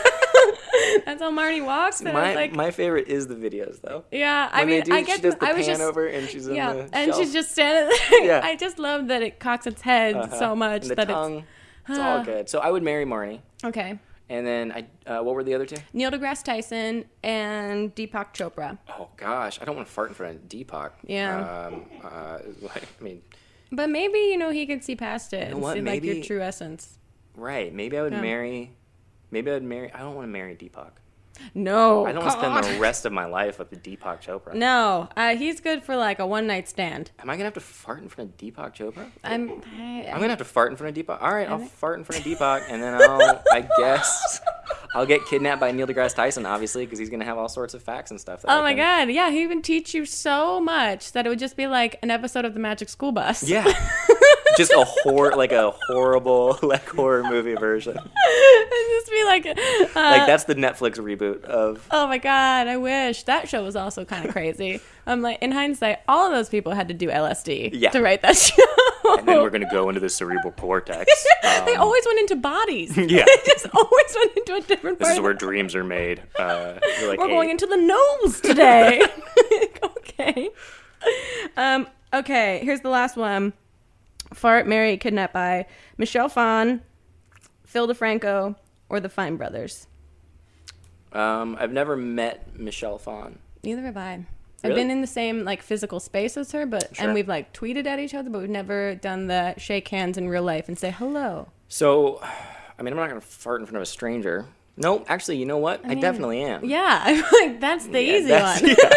Speaker 4: that's how Marnie walks? And I
Speaker 3: My,
Speaker 4: was like,
Speaker 3: my favorite is the videos, though.
Speaker 4: yeah, I
Speaker 3: When
Speaker 4: mean,
Speaker 3: they do,
Speaker 4: I get
Speaker 3: she does the
Speaker 4: I was
Speaker 3: pan
Speaker 4: just.
Speaker 3: over and she's
Speaker 4: yeah,
Speaker 3: in the
Speaker 4: and
Speaker 3: shelf.
Speaker 4: she's just standing there.
Speaker 3: Yeah. Uh-huh.
Speaker 4: I just love that it cocks its head so much
Speaker 3: and the
Speaker 4: that
Speaker 3: tongue. It's, all good. So I would marry Marnie,
Speaker 4: it's okay.
Speaker 3: and then I. Uh, what were the other two?
Speaker 4: Neil deGrasse Tyson and Deepak Chopra.
Speaker 3: Oh gosh, I don't want to fart in front of Deepak.
Speaker 4: Yeah.
Speaker 3: Um, uh, I mean,
Speaker 4: But maybe you know he could see past it and
Speaker 3: what?
Speaker 4: see like your
Speaker 3: Maybe-
Speaker 4: true essence.
Speaker 3: right? Maybe I would marry. Maybe I would marry. I don't want to marry Deepak.
Speaker 4: No,
Speaker 3: I don't want to
Speaker 4: Oh, God.
Speaker 3: spend the rest of my life with the Deepak Chopra.
Speaker 4: No, uh, he's good for like a one night stand.
Speaker 3: Am I gonna have to fart in front of Deepak Chopra?
Speaker 4: I'm. I,
Speaker 3: I'm gonna have to fart in front of Deepak. All right, I'll fart in front of Deepak, and then I'll, I guess, I'll get kidnapped by Neil deGrasse Tyson, obviously, because he's gonna have all sorts of facts and stuff. that
Speaker 4: oh
Speaker 3: I
Speaker 4: my
Speaker 3: can-
Speaker 4: god! Yeah, he would teach you so much that it would just be like an episode of the Magic School Bus.
Speaker 3: Yeah. just a horror, like a horrible, like horror movie version.
Speaker 4: It'd just be like, uh,
Speaker 3: Like that's the Netflix reboot of.
Speaker 4: oh my god, I wish that show was also kind of crazy. I'm like, in hindsight, all of those people had to do LSD
Speaker 3: Yeah.
Speaker 4: to write that show.
Speaker 3: And then we're gonna go into the cerebral cortex. Um,
Speaker 4: they always went into bodies.
Speaker 3: Yeah.
Speaker 4: they just always went into a different.
Speaker 3: This
Speaker 4: part
Speaker 3: is
Speaker 4: of
Speaker 3: where dreams are made. Uh, you're like,
Speaker 4: We're
Speaker 3: hey,
Speaker 4: going into the gnomes today. okay. Um, okay, here's the last one. Fart, Mary, Kidnapped by Michelle Phan, Phil DeFranco, or the Fine Brothers.
Speaker 3: Um, I've never met Michelle Phan.
Speaker 4: Neither have I. I've
Speaker 3: Really?
Speaker 4: been in the same like physical space as her, but
Speaker 3: Sure.
Speaker 4: and we've like tweeted at each other, but we've never done the shake hands in real life and say hello.
Speaker 3: So, I mean, I'm not gonna fart in front of a stranger. No, actually, you know what? I, definitely am.
Speaker 4: Yeah, I'm like that's the
Speaker 3: Yeah,
Speaker 4: easy
Speaker 3: that's-
Speaker 4: one.
Speaker 3: yeah.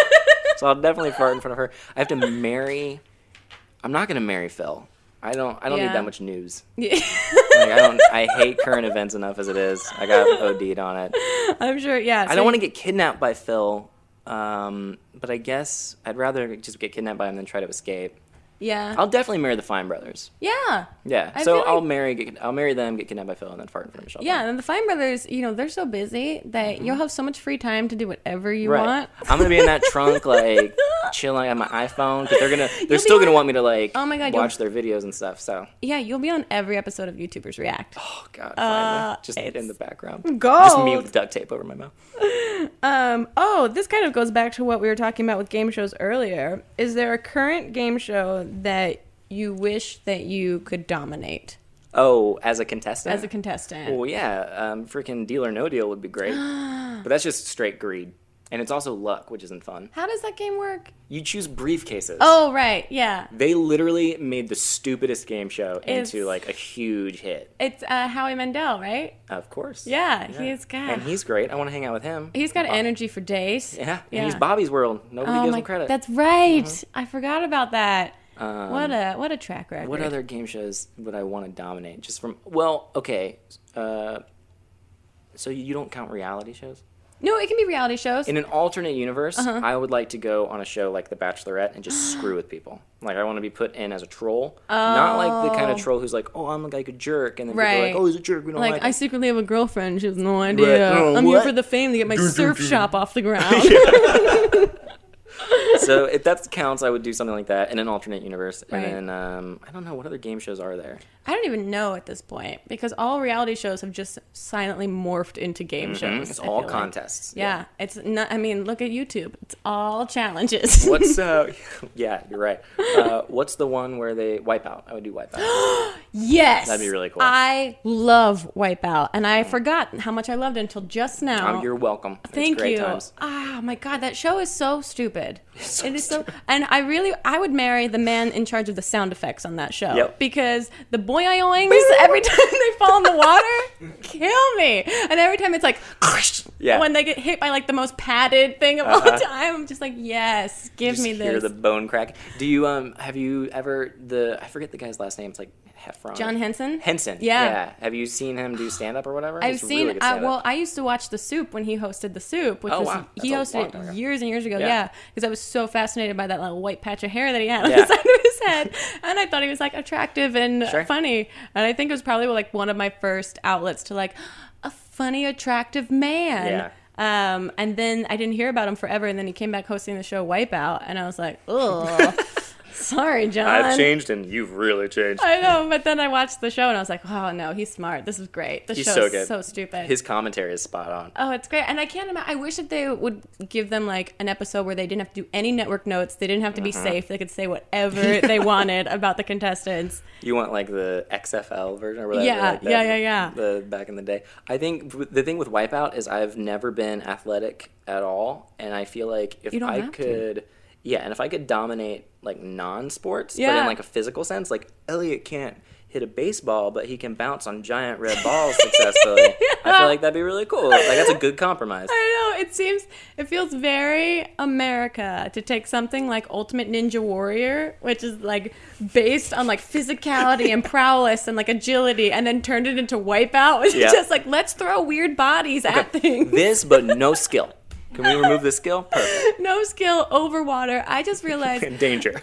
Speaker 3: So I'll definitely fart in front of her. I have to marry. I'm not gonna marry Phil. I don't. I don't
Speaker 4: Yeah.
Speaker 3: need that much news.
Speaker 4: Yeah.
Speaker 3: Like, I don't. I hate current events enough as it is. I got OD'd on it.
Speaker 4: I'm sure. Yeah,
Speaker 3: I don't want to get kidnapped by Phil. Um, but I guess I'd rather just get kidnapped by him than try to escape.
Speaker 4: Yeah,
Speaker 3: I'll definitely marry the Fine Brothers.
Speaker 4: yeah,
Speaker 3: Yeah.
Speaker 4: I
Speaker 3: so
Speaker 4: feel like-
Speaker 3: I'll marry. Get, I'll marry them. Get kidnapped by Phil, and then fart in front of Michelle.
Speaker 4: yeah. And the Fine Brothers, you know, they're so busy that you'll have so much free time to do whatever you
Speaker 3: Mm-hmm.
Speaker 4: want.
Speaker 3: Right. I'm gonna be in that trunk like chilling on my iPhone because they're gonna they're still
Speaker 4: on-
Speaker 3: gonna want me to like
Speaker 4: Oh my God, you'll-
Speaker 3: watch their videos and stuff. So
Speaker 4: Yeah, you'll be on every episode of YouTubers React.
Speaker 3: oh god,
Speaker 4: Uh,
Speaker 3: finally. just
Speaker 4: it's
Speaker 3: in the background, just me
Speaker 4: Gold.
Speaker 3: with duct tape over my mouth.
Speaker 4: Um, oh, this kind of goes back to what we were talking about with game shows earlier. Is there a current game show that you wish that you could dominate
Speaker 3: Oh, as a contestant,
Speaker 4: as a contestant?
Speaker 3: well, yeah, um, freaking Deal or No Deal would be great, but that's just straight greed, and it's also luck, which isn't fun.
Speaker 4: How does that game work?
Speaker 3: You choose briefcases.
Speaker 4: Oh, right, yeah.
Speaker 3: They literally made the stupidest game show
Speaker 4: It's-
Speaker 3: into like a huge hit.
Speaker 4: It's uh, Howie Mandel, right?
Speaker 3: Of course.
Speaker 4: Yeah, he's got
Speaker 3: And he's great. I want to hang out with him.
Speaker 4: he's got
Speaker 3: Bob-
Speaker 4: energy for days.
Speaker 3: Yeah, and he's Bobby's World. Nobody
Speaker 4: Oh
Speaker 3: gives
Speaker 4: my,
Speaker 3: him credit. Uh-huh.
Speaker 4: that's right. I forgot about that.
Speaker 3: Um,
Speaker 4: what a what a track record.
Speaker 3: What other game shows would I want to dominate? Just from well, okay. Uh, so you don't count reality shows?
Speaker 4: No, it can be reality shows.
Speaker 3: In an alternate universe,
Speaker 4: Uh-huh.
Speaker 3: I would like to go on a show like The Bachelorette and just screw with people. Like I want to be put in as a troll, not like the kind of troll who's like, "Oh, I'm like a jerk," and then people are
Speaker 4: Right.
Speaker 3: like, "Oh, he's a jerk. We don't like."
Speaker 4: Like
Speaker 3: him."
Speaker 4: I secretly have a girlfriend. She has no idea.
Speaker 3: Oh,
Speaker 4: I'm here
Speaker 3: what?
Speaker 4: for the fame to get my surf shop off the ground.
Speaker 3: so if that counts, I would do something like that in an alternate universe.
Speaker 4: Right.
Speaker 3: And then um, I don't know what other game shows are there.
Speaker 4: I don't even know at this point because all reality shows have just silently morphed into game shows.
Speaker 3: It's
Speaker 4: I
Speaker 3: all
Speaker 4: feel like.
Speaker 3: contests.
Speaker 4: Yeah, it's not. I mean, look at YouTube. It's all challenges.
Speaker 3: What's uh? Yeah, you're right. Uh, what's the one where they wipe out? I would do wipe out.
Speaker 4: yes,
Speaker 3: That'd be really cool. Mm.
Speaker 4: I love Wipeout, and I forgot how much I loved it until just now.
Speaker 3: Um, you're welcome.
Speaker 4: Thank
Speaker 3: it's
Speaker 4: you.
Speaker 3: great Times.
Speaker 4: Ah, my God, that show is so stupid. it is so, and I really, I would marry the man in charge of the sound effects on that show
Speaker 3: Yep.
Speaker 4: because the boy oings every time they fall in the water kill me, and every time it's like,
Speaker 3: Yeah. Uh-huh.
Speaker 4: when they get hit by like the most padded thing of all time, I'm just like, yes, give
Speaker 3: Just
Speaker 4: me
Speaker 3: hear
Speaker 4: this.
Speaker 3: the bone crack. Do you um? Have you ever the? I forget the guy's last name. It's like Heffron.
Speaker 4: John Henson.
Speaker 3: Henson.
Speaker 4: Yeah.
Speaker 3: Have you seen him do stand up or whatever?
Speaker 4: I've
Speaker 3: He's
Speaker 4: seen.
Speaker 3: Really good
Speaker 4: I,
Speaker 3: stand-up.
Speaker 4: well, I used to watch The Soup when he hosted The Soup, which
Speaker 3: Oh,
Speaker 4: was
Speaker 3: wow.
Speaker 4: he
Speaker 3: That's a long
Speaker 4: hosted
Speaker 3: time
Speaker 4: it
Speaker 3: ago.
Speaker 4: years and years ago.
Speaker 3: Yeah.
Speaker 4: Yeah, because I was so fascinated by that little white patch of hair that he had on the
Speaker 3: Yeah.
Speaker 4: side of his head, and I thought he was like attractive and
Speaker 3: Sure.
Speaker 4: funny. And I think it was probably like one of my first outlets to like a funny, attractive man.
Speaker 3: Yeah.
Speaker 4: Um, and then I didn't hear about him forever, and then he came back hosting the show Wipeout, and I was like, oh, sorry, John.
Speaker 3: changed and you've really changed.
Speaker 4: I know, but then I watched the show and I was like, "Oh no, he's smart. This is great. The
Speaker 3: He's
Speaker 4: show's
Speaker 3: so good.
Speaker 4: so stupid."
Speaker 3: His commentary is spot on.
Speaker 4: Oh, it's great. And I can't imagine. I wish that they would give them like an episode where they didn't have to do any network notes. They didn't have to be safe. They could say whatever they wanted about the contestants.
Speaker 3: You want like the XFL version or whatever?
Speaker 4: Yeah,
Speaker 3: like, the-
Speaker 4: yeah, yeah, yeah.
Speaker 3: The back in the day, I think w- the thing with Wipeout is I've never been athletic at all, and I feel like if
Speaker 4: You don't
Speaker 3: I
Speaker 4: have to.
Speaker 3: could, yeah, and if I could dominate like non-sports, but
Speaker 4: Yeah.
Speaker 3: in like a physical sense, like Elliot can't hit a baseball, but he can bounce on giant red balls successfully. I feel like that'd be really cool. Like that's a good compromise.
Speaker 4: I know. It seems, it feels very America to take something like Ultimate Ninja Warrior, which is like based on like physicality and prowess and like agility, and then turned it into Wipeout, which
Speaker 3: Yeah.
Speaker 4: is just like, let's throw weird bodies at things.
Speaker 3: This, but no skill. Can we remove the skill? Perfect.
Speaker 4: no skill over water. I just realized
Speaker 3: Danger.
Speaker 4: uh,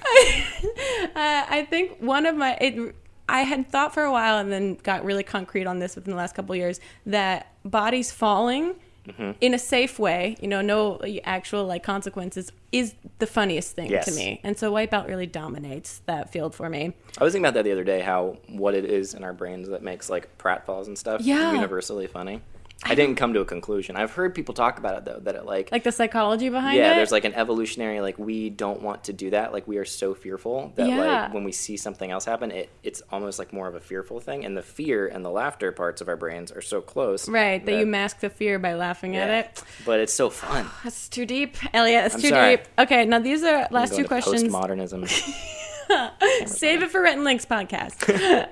Speaker 4: I think one of my it I had thought for a while and then got really concrete on this within the last couple of years that bodies falling
Speaker 3: Mm-hmm.
Speaker 4: in a safe way, you know, no actual like consequences is the funniest thing to
Speaker 3: Yes.
Speaker 4: me. And so Wipeout really dominates that field for me.
Speaker 3: I was thinking about that the other day, how what it is in our brains that makes like pratfalls and stuff
Speaker 4: Yeah.
Speaker 3: universally funny. I, didn't come to a conclusion. I've heard people talk about it though, that it like,
Speaker 4: Like the psychology behind it.
Speaker 3: yeah, there's like an evolutionary like we don't want to do that. Like we are so fearful that
Speaker 4: Yeah.
Speaker 3: like when we see something else happen, it it's almost like more of a fearful thing. And the fear and the laughter parts of our brains are so close,
Speaker 4: Right, that you mask the fear by laughing
Speaker 3: yeah.
Speaker 4: at it.
Speaker 3: But it's so fun.
Speaker 4: That's too deep, Elliot. That's
Speaker 3: I'm
Speaker 4: too
Speaker 3: sorry.
Speaker 4: deep. Okay, now these are last two
Speaker 3: Going to
Speaker 4: questions.
Speaker 3: Postmodernism.
Speaker 4: Save it for Rhett and Link's podcast.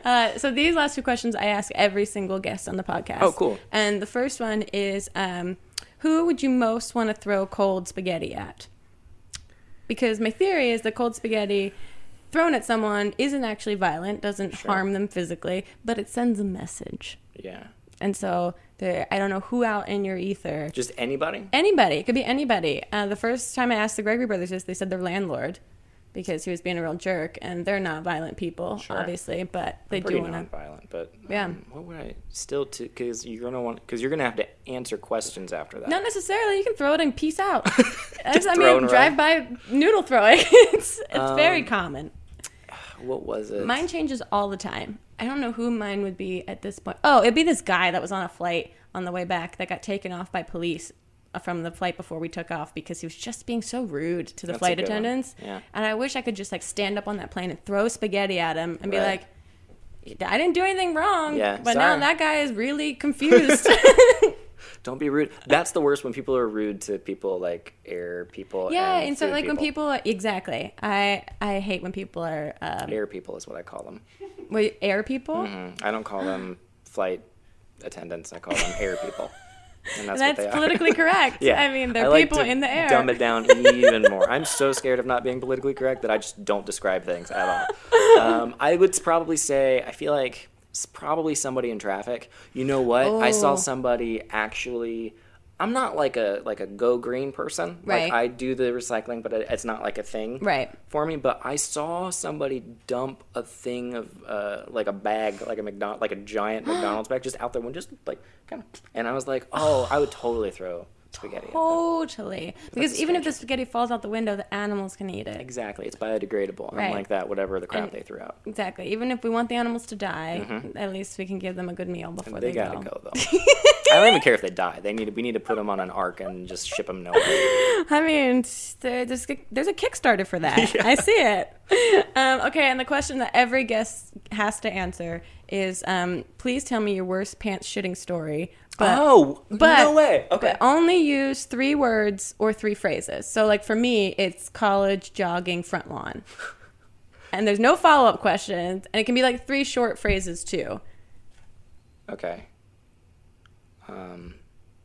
Speaker 4: uh, so these last two questions I ask every single guest on the podcast.
Speaker 3: Oh, cool.
Speaker 4: And the first one is, um, who would you most want to throw cold spaghetti at? Because my theory is that cold spaghetti thrown at someone isn't actually violent, doesn't harm them physically, but it sends a message.
Speaker 3: yeah.
Speaker 4: And so there, I don't know who out in your ether
Speaker 3: Just anybody?
Speaker 4: anybody. It could be anybody. Uh, the first time I asked the Gregory brothers this, they said their landlord because he was being a real jerk, and they're not violent people,
Speaker 3: Sure.
Speaker 4: obviously, but they
Speaker 3: pretty
Speaker 4: do want to.
Speaker 3: non-violent, but
Speaker 4: Yeah.
Speaker 3: um, what would I still to? Because you're gonna want because you're gonna have to answer questions after that.
Speaker 4: Not necessarily. You can throw it and peace out. As, I
Speaker 3: throwing
Speaker 4: mean,
Speaker 3: around. Um,
Speaker 4: drive by noodle throwing. it's it's very common.
Speaker 3: What was it?
Speaker 4: Mine changes all the time. I don't know who mine would be at this point. Oh, it'd be this guy that was on a flight on the way back that got taken off by police uh, from the flight before we took off because he was just being so rude to the
Speaker 3: That's a
Speaker 4: flight
Speaker 3: good one.
Speaker 4: attendants.
Speaker 3: Yeah.
Speaker 4: And I wish I could just like stand up on that plane and throw spaghetti at him and be
Speaker 3: Right.
Speaker 4: like, I didn't do anything wrong.
Speaker 3: Yeah,
Speaker 4: but now
Speaker 3: sorry.
Speaker 4: that guy is really confused.
Speaker 3: Don't be rude. That's the worst when people are rude to people like air people.
Speaker 4: yeah.
Speaker 3: and,
Speaker 4: And so
Speaker 3: food
Speaker 4: like when
Speaker 3: people,
Speaker 4: people exactly, I I hate when people are um,
Speaker 3: air people is what I call them.
Speaker 4: wait, air people.
Speaker 3: Mm, I don't call them flight attendants. I call them air people. And that's,
Speaker 4: That's
Speaker 3: what they
Speaker 4: politically
Speaker 3: are.
Speaker 4: correct.
Speaker 3: yeah,
Speaker 4: I mean, they're
Speaker 3: like
Speaker 4: people
Speaker 3: to
Speaker 4: in the air.
Speaker 3: Dumb it down even more. I'm so scared of not being politically correct that I just don't describe things at all. Um, I would probably say I feel like it's probably somebody in traffic. You know what? I
Speaker 4: Oh.
Speaker 3: saw somebody actually. I'm not like a like a go green person.
Speaker 4: Right.
Speaker 3: Like I do the recycling, but it- it's not like a thing
Speaker 4: Right.
Speaker 3: for me. But I saw somebody dump a thing of uh, like a bag, like a McDonald, like a giant McDonald's bag, just out there, one just like kind of. And I was like, oh, I would totally throw spaghetti. at them.
Speaker 4: Totally. Because even if the spaghetti falls out the window, the animals can eat it.
Speaker 3: Exactly, it's biodegradable,
Speaker 4: Right.
Speaker 3: unlike that whatever the crap
Speaker 4: And-
Speaker 3: they threw out.
Speaker 4: Exactly. Even if we want the animals to die, at least we can give them a good meal before
Speaker 3: Mm-hmm. They
Speaker 4: they,
Speaker 3: gotta go though. I don't even care if they die. They need. We need to put them on an ark and just ship them nowhere.
Speaker 4: I mean, there- there's a- there's a Kickstarter for that. I see it. Um, okay, and the question that every guest has to answer is, um, please tell me your worst pants shitting story. But,
Speaker 3: oh,
Speaker 4: but
Speaker 3: no way. Okay.
Speaker 4: But only use three words or three phrases. So, like for me, it's college jogging front lawn, and there's no follow up questions, and it can be like three short phrases too.
Speaker 3: Okay. Um,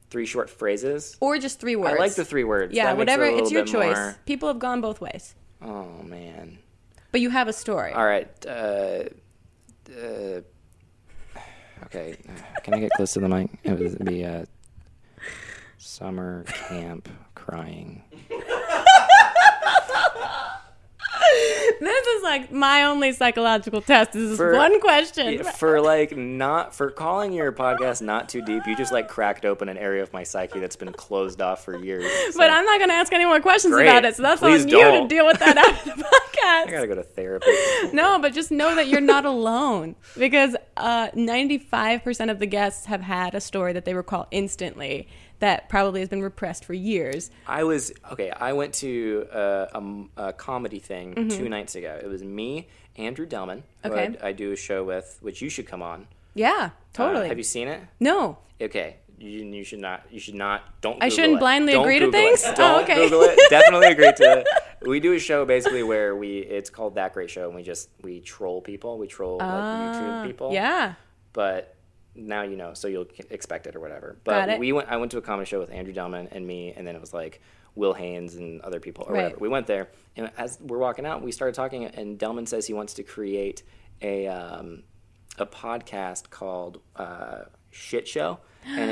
Speaker 3: three short phrases.
Speaker 4: or just three words.
Speaker 3: I like the three words.
Speaker 4: Yeah,
Speaker 3: That makes it
Speaker 4: whatever.
Speaker 3: a
Speaker 4: It's
Speaker 3: little
Speaker 4: your
Speaker 3: bit
Speaker 4: choice.
Speaker 3: more-
Speaker 4: People have gone both ways,
Speaker 3: Oh man.
Speaker 4: but you have a story.
Speaker 3: All right. Uh, uh, okay. Uh, Can I get close to the mic? It would be uh, summer camp crying.
Speaker 4: This is like my only psychological test. Is this
Speaker 3: For-
Speaker 4: one question?
Speaker 3: Yeah, for like not for calling your podcast not too deep, you just like cracked open an area of my psyche that's been closed off for years. So
Speaker 4: But I'm not going to ask any more questions
Speaker 3: Great.
Speaker 4: about it. So that's
Speaker 3: Please
Speaker 4: on you to
Speaker 3: don't.
Speaker 4: deal with that after the
Speaker 3: I
Speaker 4: podcast.
Speaker 3: gotta go to therapy.
Speaker 4: No, but just know that you're not alone because uh, 95% of the guests have had a story that they recall instantly that probably has been repressed for years.
Speaker 3: I was okay. I went to uh, a, m- a comedy thing two nights ago. It was me, Andrew Delman, who
Speaker 4: Mm-hmm. Okay.
Speaker 3: I, I do a show with, which you should come on.
Speaker 4: Yeah,
Speaker 3: Uh,
Speaker 4: totally.
Speaker 3: have you seen it?
Speaker 4: no.
Speaker 3: Okay. You, you should not. You should not. Don't.
Speaker 4: I
Speaker 3: Google
Speaker 4: shouldn't
Speaker 3: it.
Speaker 4: blindly
Speaker 3: Don't
Speaker 4: agree to
Speaker 3: Google
Speaker 4: things?
Speaker 3: It.
Speaker 4: Oh,
Speaker 3: Don't
Speaker 4: okay.
Speaker 3: Google it. Definitely agree to it. We do a show basically where we. It's called That Great Show, and we just we troll people. We troll like YouTube people.
Speaker 4: Ah, Yeah.
Speaker 3: But now you know, so you'll expect it or whatever.
Speaker 4: Got
Speaker 3: But
Speaker 4: it.
Speaker 3: we went. I went to a comedy show with Andrew Delman and me, and then it was like Will Haynes and other people or
Speaker 4: Right.
Speaker 3: whatever. We went there, and as we're walking out, we started talking, and Delman says he wants to create a um, a podcast called. Uh, shit show, and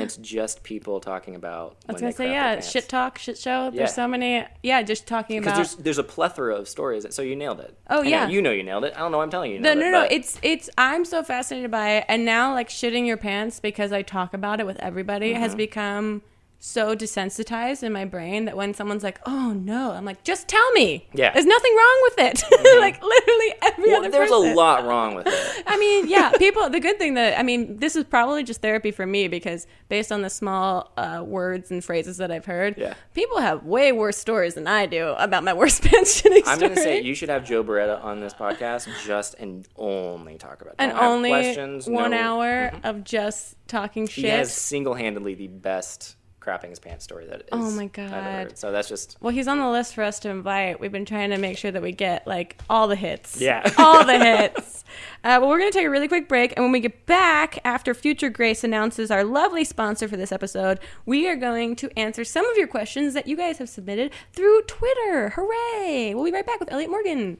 Speaker 3: it's just people talking about.
Speaker 4: I was gonna say yeah, shit talk, shit show.
Speaker 3: Yeah.
Speaker 4: There's so many. Yeah, just talking
Speaker 3: Because
Speaker 4: about.
Speaker 3: there's there's a plethora of stories, so you nailed it.
Speaker 4: Oh,
Speaker 3: I know-
Speaker 4: yeah.
Speaker 3: you know you nailed it. I don't know. why I'm telling you. you
Speaker 4: no,
Speaker 3: nailed
Speaker 4: no,
Speaker 3: it,
Speaker 4: no.
Speaker 3: but-
Speaker 4: It's it's. I'm so fascinated by it, and now like shitting your pants because I talk about it with everybody
Speaker 3: Mm-hmm.
Speaker 4: has become so desensitized in my brain that when someone's like, "Oh no," I'm like, "Just tell me."
Speaker 3: Yeah. Mm-hmm.
Speaker 4: There's nothing wrong with it. like literally every
Speaker 3: Well,
Speaker 4: other.
Speaker 3: there's
Speaker 4: person.
Speaker 3: a lot wrong with it.
Speaker 4: I mean, yeah, people. The good thing that I mean, this is probably just therapy for me because based on the small uh, words and phrases that I've heard,
Speaker 3: Yeah.
Speaker 4: people have way worse stories than I do about my worst pensioning
Speaker 3: I'm
Speaker 4: story.
Speaker 3: gonna say you should have Joe Beretta on this podcast just and only talk about.
Speaker 4: and
Speaker 3: don't have
Speaker 4: only
Speaker 3: questions,
Speaker 4: one
Speaker 3: no- Mm-hmm.
Speaker 4: hour of just talking shit.
Speaker 3: He has single-handedly the best crapping his pants story that is.
Speaker 4: Oh my
Speaker 3: I've ever heard.
Speaker 4: God.
Speaker 3: So that's just
Speaker 4: Well, he's on the list for us to invite. We've been trying to make sure that we get like all the hits.
Speaker 3: Yeah.
Speaker 4: all the hits. Uh, well, we're going to take a really quick break. And when we get back, after Future Grace announces our lovely sponsor for this episode, we are going to answer some of your questions that you guys have submitted through Twitter. Hooray! We'll be right back with Elliot Morgan.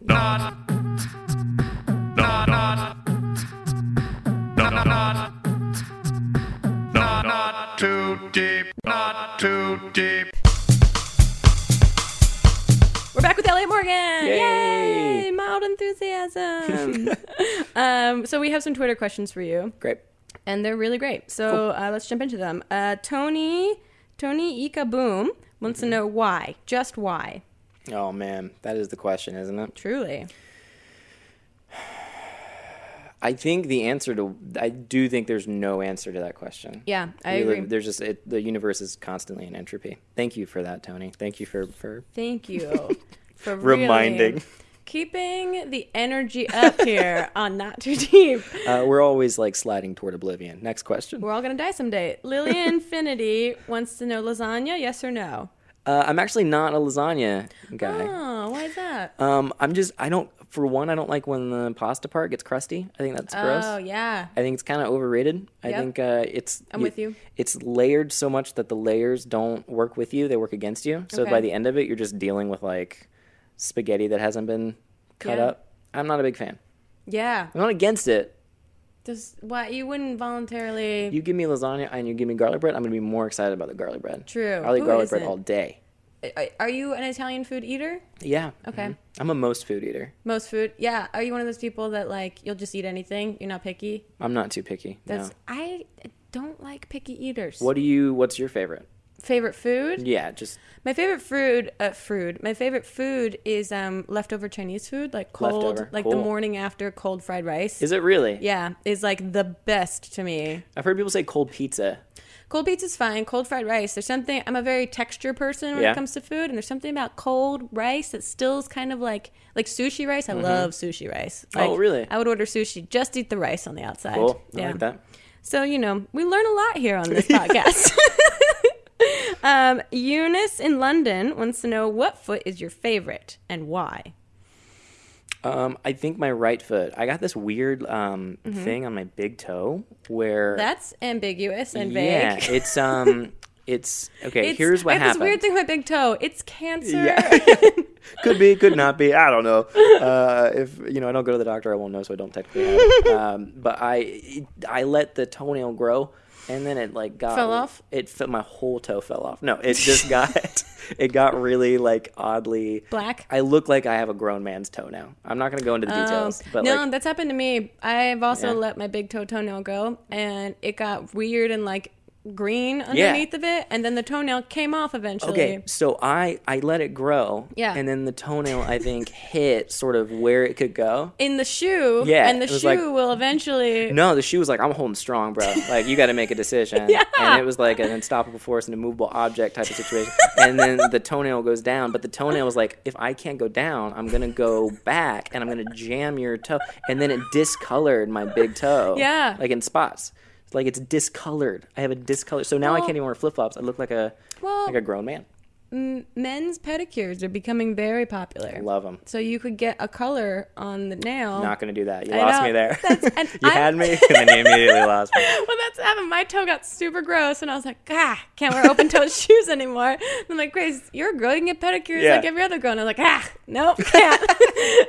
Speaker 2: Not too deep, not too deep.
Speaker 4: We're back with Elliot Morgan.
Speaker 3: Yay.
Speaker 4: Yay! Mild enthusiasm. um, so, we have some Twitter questions for you.
Speaker 3: great.
Speaker 4: and they're really great. So uh, let's jump into them. Uh, Tony Tony Ika Boom wants
Speaker 3: Mm-hmm.
Speaker 4: to know why, just why,
Speaker 3: Oh man, that is the question, isn't it?
Speaker 4: truly.
Speaker 3: I think the answer to I do think there's no answer to that question.
Speaker 4: Yeah, I
Speaker 3: We live-
Speaker 4: agree.
Speaker 3: there's just it, the universe is constantly in entropy. Thank you for that, Tony. Thank you for for
Speaker 4: Thank you for really
Speaker 3: Reminding.
Speaker 4: keeping the energy up here on not too deep.
Speaker 3: uh, we're always like sliding toward oblivion. Next question.
Speaker 4: We're all gonna die someday. Lily Infinity wants to know lasagna, yes or no?
Speaker 3: Uh, I'm actually not a lasagna guy.
Speaker 4: Oh, why is that?
Speaker 3: Um, I'm just I don't for one I don't like when the pasta part gets crusty. I think that's gross.
Speaker 4: Oh yeah.
Speaker 3: I think it's kind of overrated. I
Speaker 4: Yep.
Speaker 3: think uh, it's.
Speaker 4: I'm with you.
Speaker 3: It's layered so much that the layers don't work with you; they work against you. So
Speaker 4: Okay.
Speaker 3: by the end of it, you're just dealing with like spaghetti that hasn't been cut
Speaker 4: Yeah.
Speaker 3: up. I'm not a big fan.
Speaker 4: Yeah.
Speaker 3: I'm not against it.
Speaker 4: Just why you wouldn't voluntarily
Speaker 3: You give me lasagna and you give me garlic bread, I'm gonna be more excited about the garlic bread.
Speaker 4: True.
Speaker 3: I like
Speaker 4: Who
Speaker 3: garlic bread
Speaker 4: isn't?
Speaker 3: all day.
Speaker 4: Are- are you an Italian food eater?
Speaker 3: Yeah.
Speaker 4: Okay.
Speaker 3: Mhm. I'm a most food eater.
Speaker 4: Most food. Yeah. Are you one of those people that like you'll just eat anything? You're not picky?
Speaker 3: I'm not too picky.
Speaker 4: That's
Speaker 3: no.
Speaker 4: I don't like picky eaters.
Speaker 3: What do you? What's your favorite?
Speaker 4: favorite food?
Speaker 3: Yeah, just
Speaker 4: My favorite food uh food. My favorite food is um leftover Chinese food, like cold
Speaker 3: Leftover,
Speaker 4: like the
Speaker 3: cool.
Speaker 4: morning after cold fried rice.
Speaker 3: is it really?
Speaker 4: yeah, is like the best to me.
Speaker 3: I've heard people say cold pizza.
Speaker 4: Cold pizza's fine. Cold fried rice. There's something. I'm a very texture person when it
Speaker 3: Yeah.
Speaker 4: comes to food, and there's something about cold rice that still is kind of like like sushi rice. I love sushi rice.
Speaker 3: Mm-hmm. Oh,
Speaker 4: Like,
Speaker 3: really?
Speaker 4: I would order sushi. Just eat the rice on the outside.
Speaker 3: Cool. I like that.
Speaker 4: So you know, we learn a lot here on this podcast. um, Eunice in London wants to know what foot is your favorite and why.
Speaker 3: Um, I think my right foot. I got this weird um, thing on my big toe where
Speaker 4: That's ambiguous and vague.
Speaker 3: yeah, it's um, it's okay.
Speaker 4: It's-
Speaker 3: here's what
Speaker 4: I have
Speaker 3: happened.
Speaker 4: This weird thing with my big toe. It's cancer.
Speaker 3: Yeah. could be, could not be. I don't know. Uh, if you know, I don't go to the doctor. I won't know, so I don't technically. Have it. Um, but I, I let the toenail grow, and then it like got
Speaker 4: Fell off?
Speaker 3: It fell. My whole toe fell off. No, it just got. it got really like oddly
Speaker 4: Black?
Speaker 3: I look like I have a grown man's toe now. I'm not gonna go into the details,
Speaker 4: Oh,
Speaker 3: but
Speaker 4: no,
Speaker 3: like,
Speaker 4: that's happened to me. I've also
Speaker 3: Yeah.
Speaker 4: let my big toe toenail go, and it got weird and like green
Speaker 3: Yeah.
Speaker 4: underneath of it, and then the toenail came off eventually.
Speaker 3: Okay, so I I let it grow.
Speaker 4: Yeah.
Speaker 3: And then the toenail I think hit sort of where it could go.
Speaker 4: In the shoe,
Speaker 3: Yeah,
Speaker 4: and the
Speaker 3: it was
Speaker 4: shoe
Speaker 3: like-
Speaker 4: will eventually.
Speaker 3: No, the shoe was like, I'm holding strong, bro. Like you got to make a decision.
Speaker 4: Yeah.
Speaker 3: And it was like an unstoppable force, an immovable object type of situation. and then the toenail goes down, but the toenail was like, if I can't go down, I'm gonna go back and I'm gonna jam your toe. And then it discolored my big toe.
Speaker 4: Yeah.
Speaker 3: Like in spots. It's Like it's discolored. I have a discolored. So now I
Speaker 4: Well-
Speaker 3: can't even wear flip flops. I look like a
Speaker 4: Well,
Speaker 3: like a grown man.
Speaker 4: m- men's pedicures are becoming very popular.
Speaker 3: Love them.
Speaker 4: So you could get a color on the nail.
Speaker 3: Not gonna do that. You
Speaker 4: I
Speaker 3: lost
Speaker 4: know.
Speaker 3: me there.
Speaker 4: That's- and
Speaker 3: you
Speaker 4: I-
Speaker 3: had me, and then you immediately lost me.
Speaker 4: well, that's what happened. My toe got super gross, and I was like, ah, can't wear open toed shoes anymore. And I'm like, Grace, you're a girl. You can get pedicures
Speaker 3: Yeah.
Speaker 4: like every other girl. And I was like, ah, nope, can't.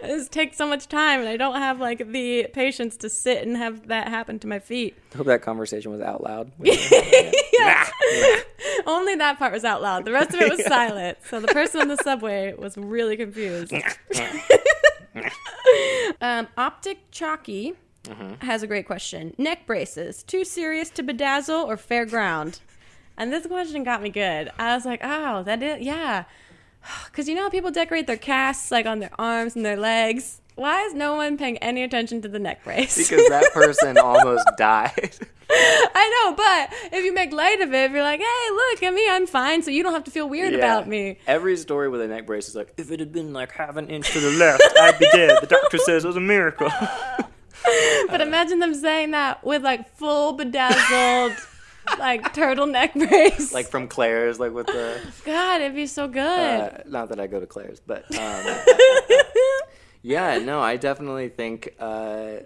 Speaker 4: this takes so much time, and I don't have like the patience to sit and have that happen to my feet.
Speaker 3: I hope that conversation was out loud. We-
Speaker 4: Only that part was out loud. The rest of it was silent. So the person on the subway was really confused. um, Optic Chalky
Speaker 3: Mm-hmm.
Speaker 4: has a great question. Neck braces, too serious to bedazzle or fair ground? And this question got me good. I was like, oh, that is, yeah. Because you know how people decorate their casts like on their arms and their legs? Why is no one paying any attention to the neck brace?
Speaker 3: because that person almost died.
Speaker 4: I know, but if you make light of it, if you're like, hey, look at me, I'm fine, so you don't have to feel weird about me.
Speaker 3: Every story with a neck brace is like, if it had been like half an inch to the left, I'd be dead. The doctor says it was a miracle.
Speaker 4: But imagine them saying that with like full bedazzled, like turtleneck brace.
Speaker 3: like from Claire's, like with the.
Speaker 4: God, it'd be so good.
Speaker 3: Uh, not that I go to Claire's, but um, yeah, no, I definitely think uh,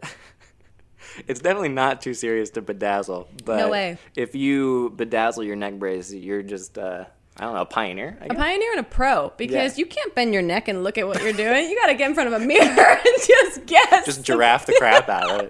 Speaker 3: it's definitely not too serious to bedazzle. But
Speaker 4: way.
Speaker 3: if you bedazzle your neck brace, you're just uh, I don't know, a pioneer. I
Speaker 4: a
Speaker 3: guess.
Speaker 4: pioneer and a pro, because
Speaker 3: Yeah.
Speaker 4: you can't bend your neck and look at what you're doing. You got to get in front of a mirror and just guess.
Speaker 3: just giraffe the crap out of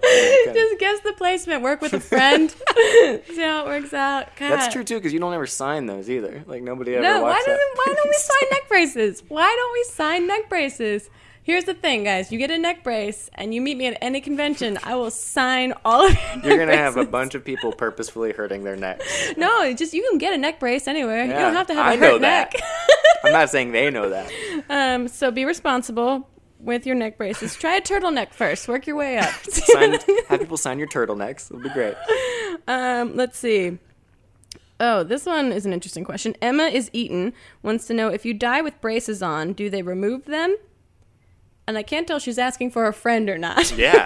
Speaker 3: it.
Speaker 4: Just guess the placement. Work with a friend. See how it works out. God.
Speaker 3: That's true too, because you don't ever sign those either. Like nobody ever.
Speaker 4: No, why
Speaker 3: walks up-
Speaker 4: doesn't why don't we sign neck braces? Why don't we sign neck braces? Here's the thing, guys. You get a neck brace and you meet me at any convention, I will sign all of your
Speaker 3: You're
Speaker 4: neck
Speaker 3: gonna have a
Speaker 4: braces.
Speaker 3: bunch of people purposefully hurting their necks.
Speaker 4: No, it's just you can get a neck brace anywhere. You
Speaker 3: Yeah,
Speaker 4: don't have to have a
Speaker 3: I
Speaker 4: hurt
Speaker 3: know
Speaker 4: neck.
Speaker 3: that. I'm not saying they know that.
Speaker 4: um, so be responsible with your neck braces. Try a turtleneck first. Work your way up.
Speaker 3: Sign, have people sign your turtlenecks. It'll be great.
Speaker 4: Um, let's see. Oh, this one is an interesting question. Emma is Eaton wants to know if you die with braces on, do they remove them? And I can't tell if she's asking for a friend or not.
Speaker 3: Yeah.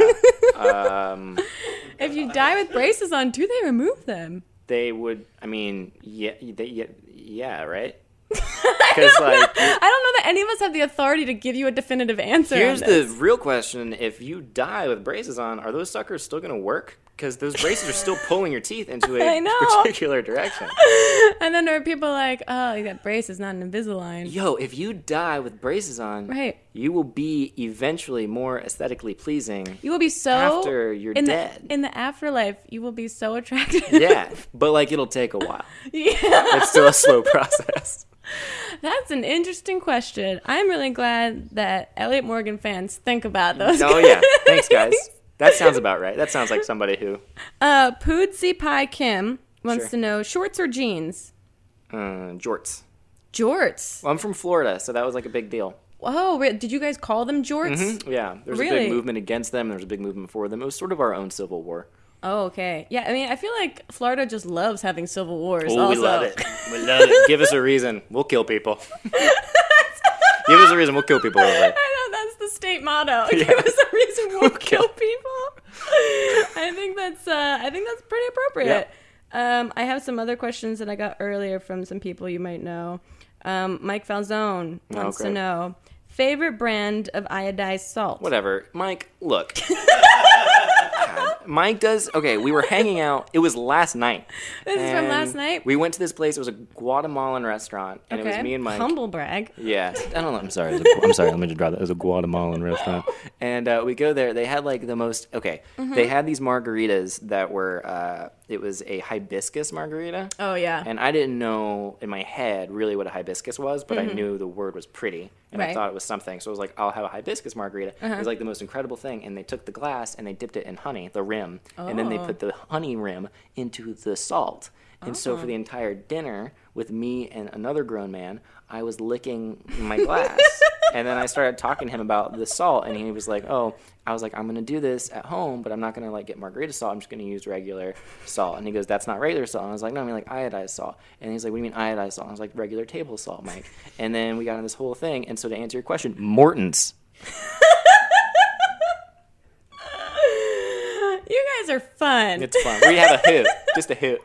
Speaker 3: Um,
Speaker 4: if you die with braces on, do they remove them?
Speaker 3: they would. I mean, yeah, they, yeah, yeah, right. Because like,
Speaker 4: I don't know that any of us have the authority to give you a definitive answer. on
Speaker 3: here's
Speaker 4: this.
Speaker 3: the real question: If you die with braces on, are those suckers still gonna work? Because those braces are still pulling your teeth into
Speaker 4: I
Speaker 3: a
Speaker 4: know.
Speaker 3: particular direction.
Speaker 4: And then there are people like, oh, you got braces, not an Invisalign.
Speaker 3: Yo, if you die with braces on,
Speaker 4: Right.
Speaker 3: you will be eventually more aesthetically pleasing.
Speaker 4: You will be so
Speaker 3: After you're
Speaker 4: in
Speaker 3: dead.
Speaker 4: The, in the afterlife, you will be so attractive.
Speaker 3: Yeah, but like it'll take a while.
Speaker 4: yeah.
Speaker 3: It's still a slow process.
Speaker 4: That's an interesting question. I'm really glad that Elliot Morgan fans think about those.
Speaker 3: Oh yeah, thanks guys. That sounds about right. That sounds like somebody who.
Speaker 4: Uh, Poodsy Pie Kim wants
Speaker 3: Sure.
Speaker 4: to know shorts or jeans?
Speaker 3: Uh, jorts.
Speaker 4: Jorts.
Speaker 3: Well, I'm from Florida, so that was like a big deal.
Speaker 4: Whoa, re- did you guys call them jorts?
Speaker 3: Yeah, there was a
Speaker 4: Really?
Speaker 3: big movement against them. There was a big movement for them. It was sort of our own civil war.
Speaker 4: Oh, okay. Yeah, I mean, I feel like Florida just loves having civil wars.
Speaker 3: Oh, we
Speaker 4: also.
Speaker 3: love it. We love it. Give us a reason. We'll kill people. Give us a reason. We'll kill people. Over it.
Speaker 4: I know that's the state motto.
Speaker 3: Yeah.
Speaker 4: Give us a reason we'll kill
Speaker 3: kill-
Speaker 4: people. I think that's uh, I think that's pretty appropriate. Um, I have some other questions that I got earlier from some people you might know. Um, Mike Falzone wants to
Speaker 3: Oh, great.
Speaker 4: know favorite brand of iodized salt.
Speaker 3: Whatever. Mike, look. God. Mike does. Okay, we were hanging out. It was last night.
Speaker 4: This is from
Speaker 3: And
Speaker 4: last night.
Speaker 3: We went to this place. It was a Guatemalan restaurant, and it was me and Mike.
Speaker 4: Humble brag.
Speaker 3: Yeah, I don't know. I'm sorry. it was a- I'm sorry. Let me just draw that. It was a Guatemalan restaurant, and uh, we go there. They had like the most. Okay, they had these margaritas that were. Uh, it was a hibiscus margarita.
Speaker 4: Oh yeah.
Speaker 3: And I didn't know in my head really what a hibiscus was, but I knew the word was pretty,
Speaker 4: Mm-hmm.
Speaker 3: and
Speaker 4: Right. Uh-huh.
Speaker 3: I thought it was something. So I was like, "I'll have a hibiscus margarita." It was like the most incredible thing. And they took the glass and they dipped it in honey, the rim, and then they
Speaker 4: Oh.
Speaker 3: put the honey rim into the salt. And so
Speaker 4: Oh.
Speaker 3: for the entire dinner with me and another grown man, I was licking my glass. and then I started talking to him about the salt and he was like, "Oh, I was like, I'm going to do this at home, but I'm not going to like get margarita salt. I'm just going to use regular salt." And he goes, "That's not regular salt." And I was like, "No, I mean like iodized salt." And he's like, "What do you mean iodized salt?" And I was like, "Regular table salt, Mike." And then we got on this whole thing. And so to answer your question, Morton's.
Speaker 4: You guys are fun.
Speaker 3: It's fun. We have a hoot, just a hoot.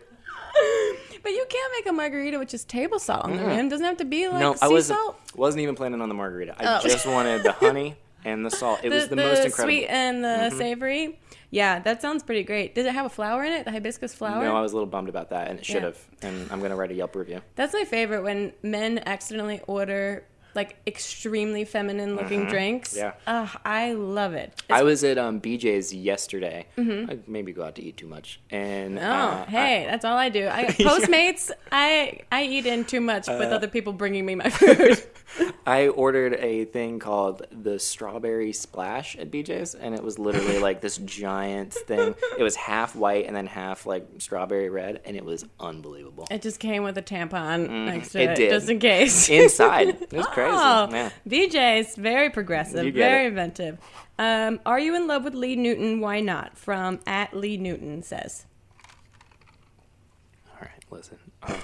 Speaker 4: But you can't make a margarita with just table salt on the rim. Doesn't have to be like
Speaker 3: no,
Speaker 4: sea
Speaker 3: I wasn't
Speaker 4: salt.
Speaker 3: wasn't even planning on the margarita. I
Speaker 4: Oh.
Speaker 3: just wanted the honey and the salt. It was the, most incredible. Mm-hmm.
Speaker 4: sweet and the savory. Yeah, that sounds pretty great. Does it have a flower in it? The hibiscus flower?
Speaker 3: No, I was a little bummed about that, and it should
Speaker 4: Yeah.
Speaker 3: have. And I'm gonna write a Yelp review.
Speaker 4: That's my favorite when men accidentally order like extremely feminine looking drinks.
Speaker 3: Mm-hmm. Yeah.
Speaker 4: Ugh, I love it.
Speaker 3: I was at um, BJ's yesterday. I maybe go out to eat too much, and
Speaker 4: Mm-hmm.
Speaker 3: uh,
Speaker 4: Oh, hey, that's all I do. I Postmates, I I eat in too much with
Speaker 3: Uh,
Speaker 4: other people bringing me my food.
Speaker 3: I ordered a thing called the strawberry splash at BJ's, and it was literally like this giant thing. It was half white and then half like strawberry red, and it was unbelievable.
Speaker 4: it just came with a tampon next to
Speaker 3: Mm, it
Speaker 4: it,
Speaker 3: did.
Speaker 4: just in case.
Speaker 3: Inside, it was crazy.
Speaker 4: Oh,
Speaker 3: Yeah.
Speaker 4: BJ's very
Speaker 3: You
Speaker 4: progressive,
Speaker 3: get
Speaker 4: very
Speaker 3: it.
Speaker 4: inventive. Um, Are you in love with Lee Newton? Why not? From at Lee Newton says.
Speaker 3: All right, listen. Um,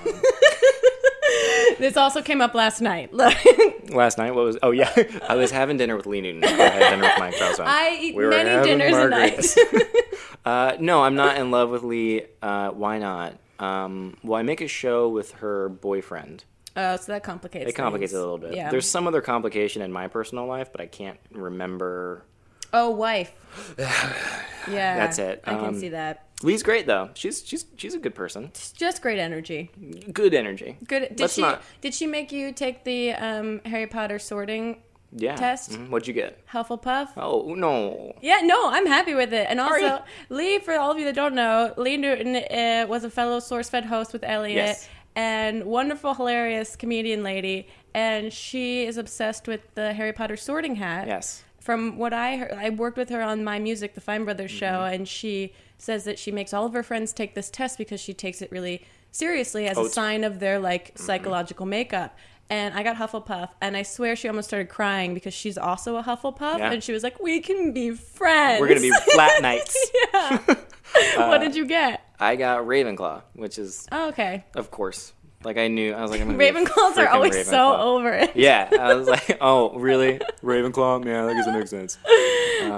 Speaker 4: This also came up last night. Look,
Speaker 3: last night, what was? Oh yeah, I was having dinner with Lee Newton. I had dinner with Mike Troutman.
Speaker 4: I eat
Speaker 3: We were
Speaker 4: many
Speaker 3: having
Speaker 4: dinners a night.
Speaker 3: margaritas. Uh, no, I'm not in love with Lee. Uh, why not? Um, well, I make a show with her boyfriend.
Speaker 4: Oh, so that complicates.
Speaker 3: It complicates it
Speaker 4: things.
Speaker 3: a little bit.
Speaker 4: Yeah.
Speaker 3: There's some other complication in my personal life, but I can't remember.
Speaker 4: oh, wife. yeah,
Speaker 3: That's it.
Speaker 4: I
Speaker 3: Um,
Speaker 4: can see that.
Speaker 3: Lee's great though. She's she's she's a good person.
Speaker 4: It's just great energy.
Speaker 3: Good energy.
Speaker 4: Good. Did
Speaker 3: Let's
Speaker 4: she?
Speaker 3: not-
Speaker 4: Did she make you take the um, Harry Potter sorting
Speaker 3: Yeah.
Speaker 4: test?
Speaker 3: Mhm. What'd you get?
Speaker 4: Hufflepuff?
Speaker 3: Oh no.
Speaker 4: Yeah, no, I'm happy with it. And also,
Speaker 3: Sorry.
Speaker 4: Lee, for all of you that don't know, Lee Newton uh, was a fellow SourceFed host with Elliot
Speaker 3: Yes.
Speaker 4: and wonderful, hilarious comedian lady. And she is obsessed with the Harry Potter sorting hat.
Speaker 3: Yes.
Speaker 4: From what I heard, I worked with her on My Music, the Fine Brothers show,
Speaker 3: Mm-hmm.
Speaker 4: and she says that she makes all of her friends take this test because she takes it really seriously as
Speaker 3: Oh,
Speaker 4: a
Speaker 3: it's-
Speaker 4: sign of their like
Speaker 3: Mm-hmm.
Speaker 4: psychological makeup. And I got Hufflepuff, and I swear she almost started crying because she's also a Hufflepuff,
Speaker 3: Yeah.
Speaker 4: and she was like, "We can be friends."
Speaker 3: We're gonna be Uh, flat nights.
Speaker 4: yeah. what did you get?
Speaker 3: I got Ravenclaw, which is
Speaker 4: Oh, okay.
Speaker 3: of course. Like I knew. I was like, I'm gonna be a
Speaker 4: Ravenclaws are
Speaker 3: freaking
Speaker 4: always so
Speaker 3: Ravenclaw.
Speaker 4: over it.
Speaker 3: Yeah, I was like, oh, really? Ravenclaw? Yeah, that doesn't make sense.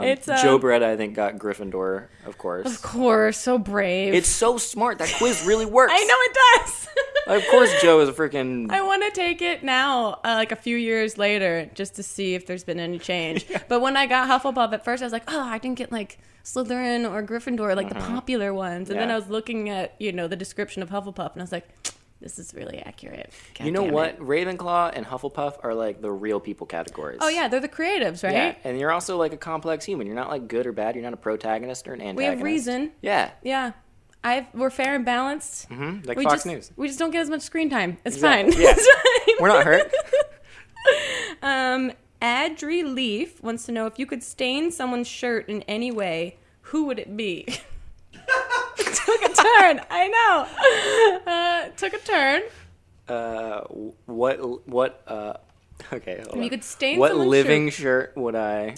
Speaker 4: it's um,
Speaker 3: Joe Beretta, I think, got Gryffindor, of course.
Speaker 4: Of course, so brave.
Speaker 3: It's so smart. That quiz really works.
Speaker 4: I know it does.
Speaker 3: Of course, Joe is a freaking.
Speaker 4: I want to take it now, uh, like a few years later, just to see if there's been any change. But when I got Hufflepuff at first, I was like, oh, I didn't get like Slytherin or Gryffindor, like the popular ones. And then
Speaker 3: Uh-huh. Yeah.
Speaker 4: I was looking at, you know, the description of Hufflepuff and I was like, this is really accurate. God
Speaker 3: You know
Speaker 4: damn it.
Speaker 3: what? Ravenclaw and Hufflepuff are like the real people categories.
Speaker 4: Oh, yeah, they're the creatives, right?
Speaker 3: Yeah, and you're also like a complex human. You're not like good or bad. You're not a protagonist or an antagonist.
Speaker 4: We have reason.
Speaker 3: Yeah,
Speaker 4: Yeah. I've, we're fair and balanced. Mm-hmm.
Speaker 3: like
Speaker 4: We
Speaker 3: Fox
Speaker 4: just,
Speaker 3: News.
Speaker 4: We just don't get as much screen time. It's
Speaker 3: Exactly.
Speaker 4: fine.
Speaker 3: Yeah.
Speaker 4: It's fine.
Speaker 3: We're not hurt.
Speaker 4: Um, Adri Leaf wants to know if you could stain someone's shirt in any way, who would it be? took a turn. I know. Uh, took a turn.
Speaker 3: uh, what? What? Uh, okay. Hold
Speaker 4: You
Speaker 3: on.
Speaker 4: could stain
Speaker 3: What
Speaker 4: someone's
Speaker 3: living shirt would I?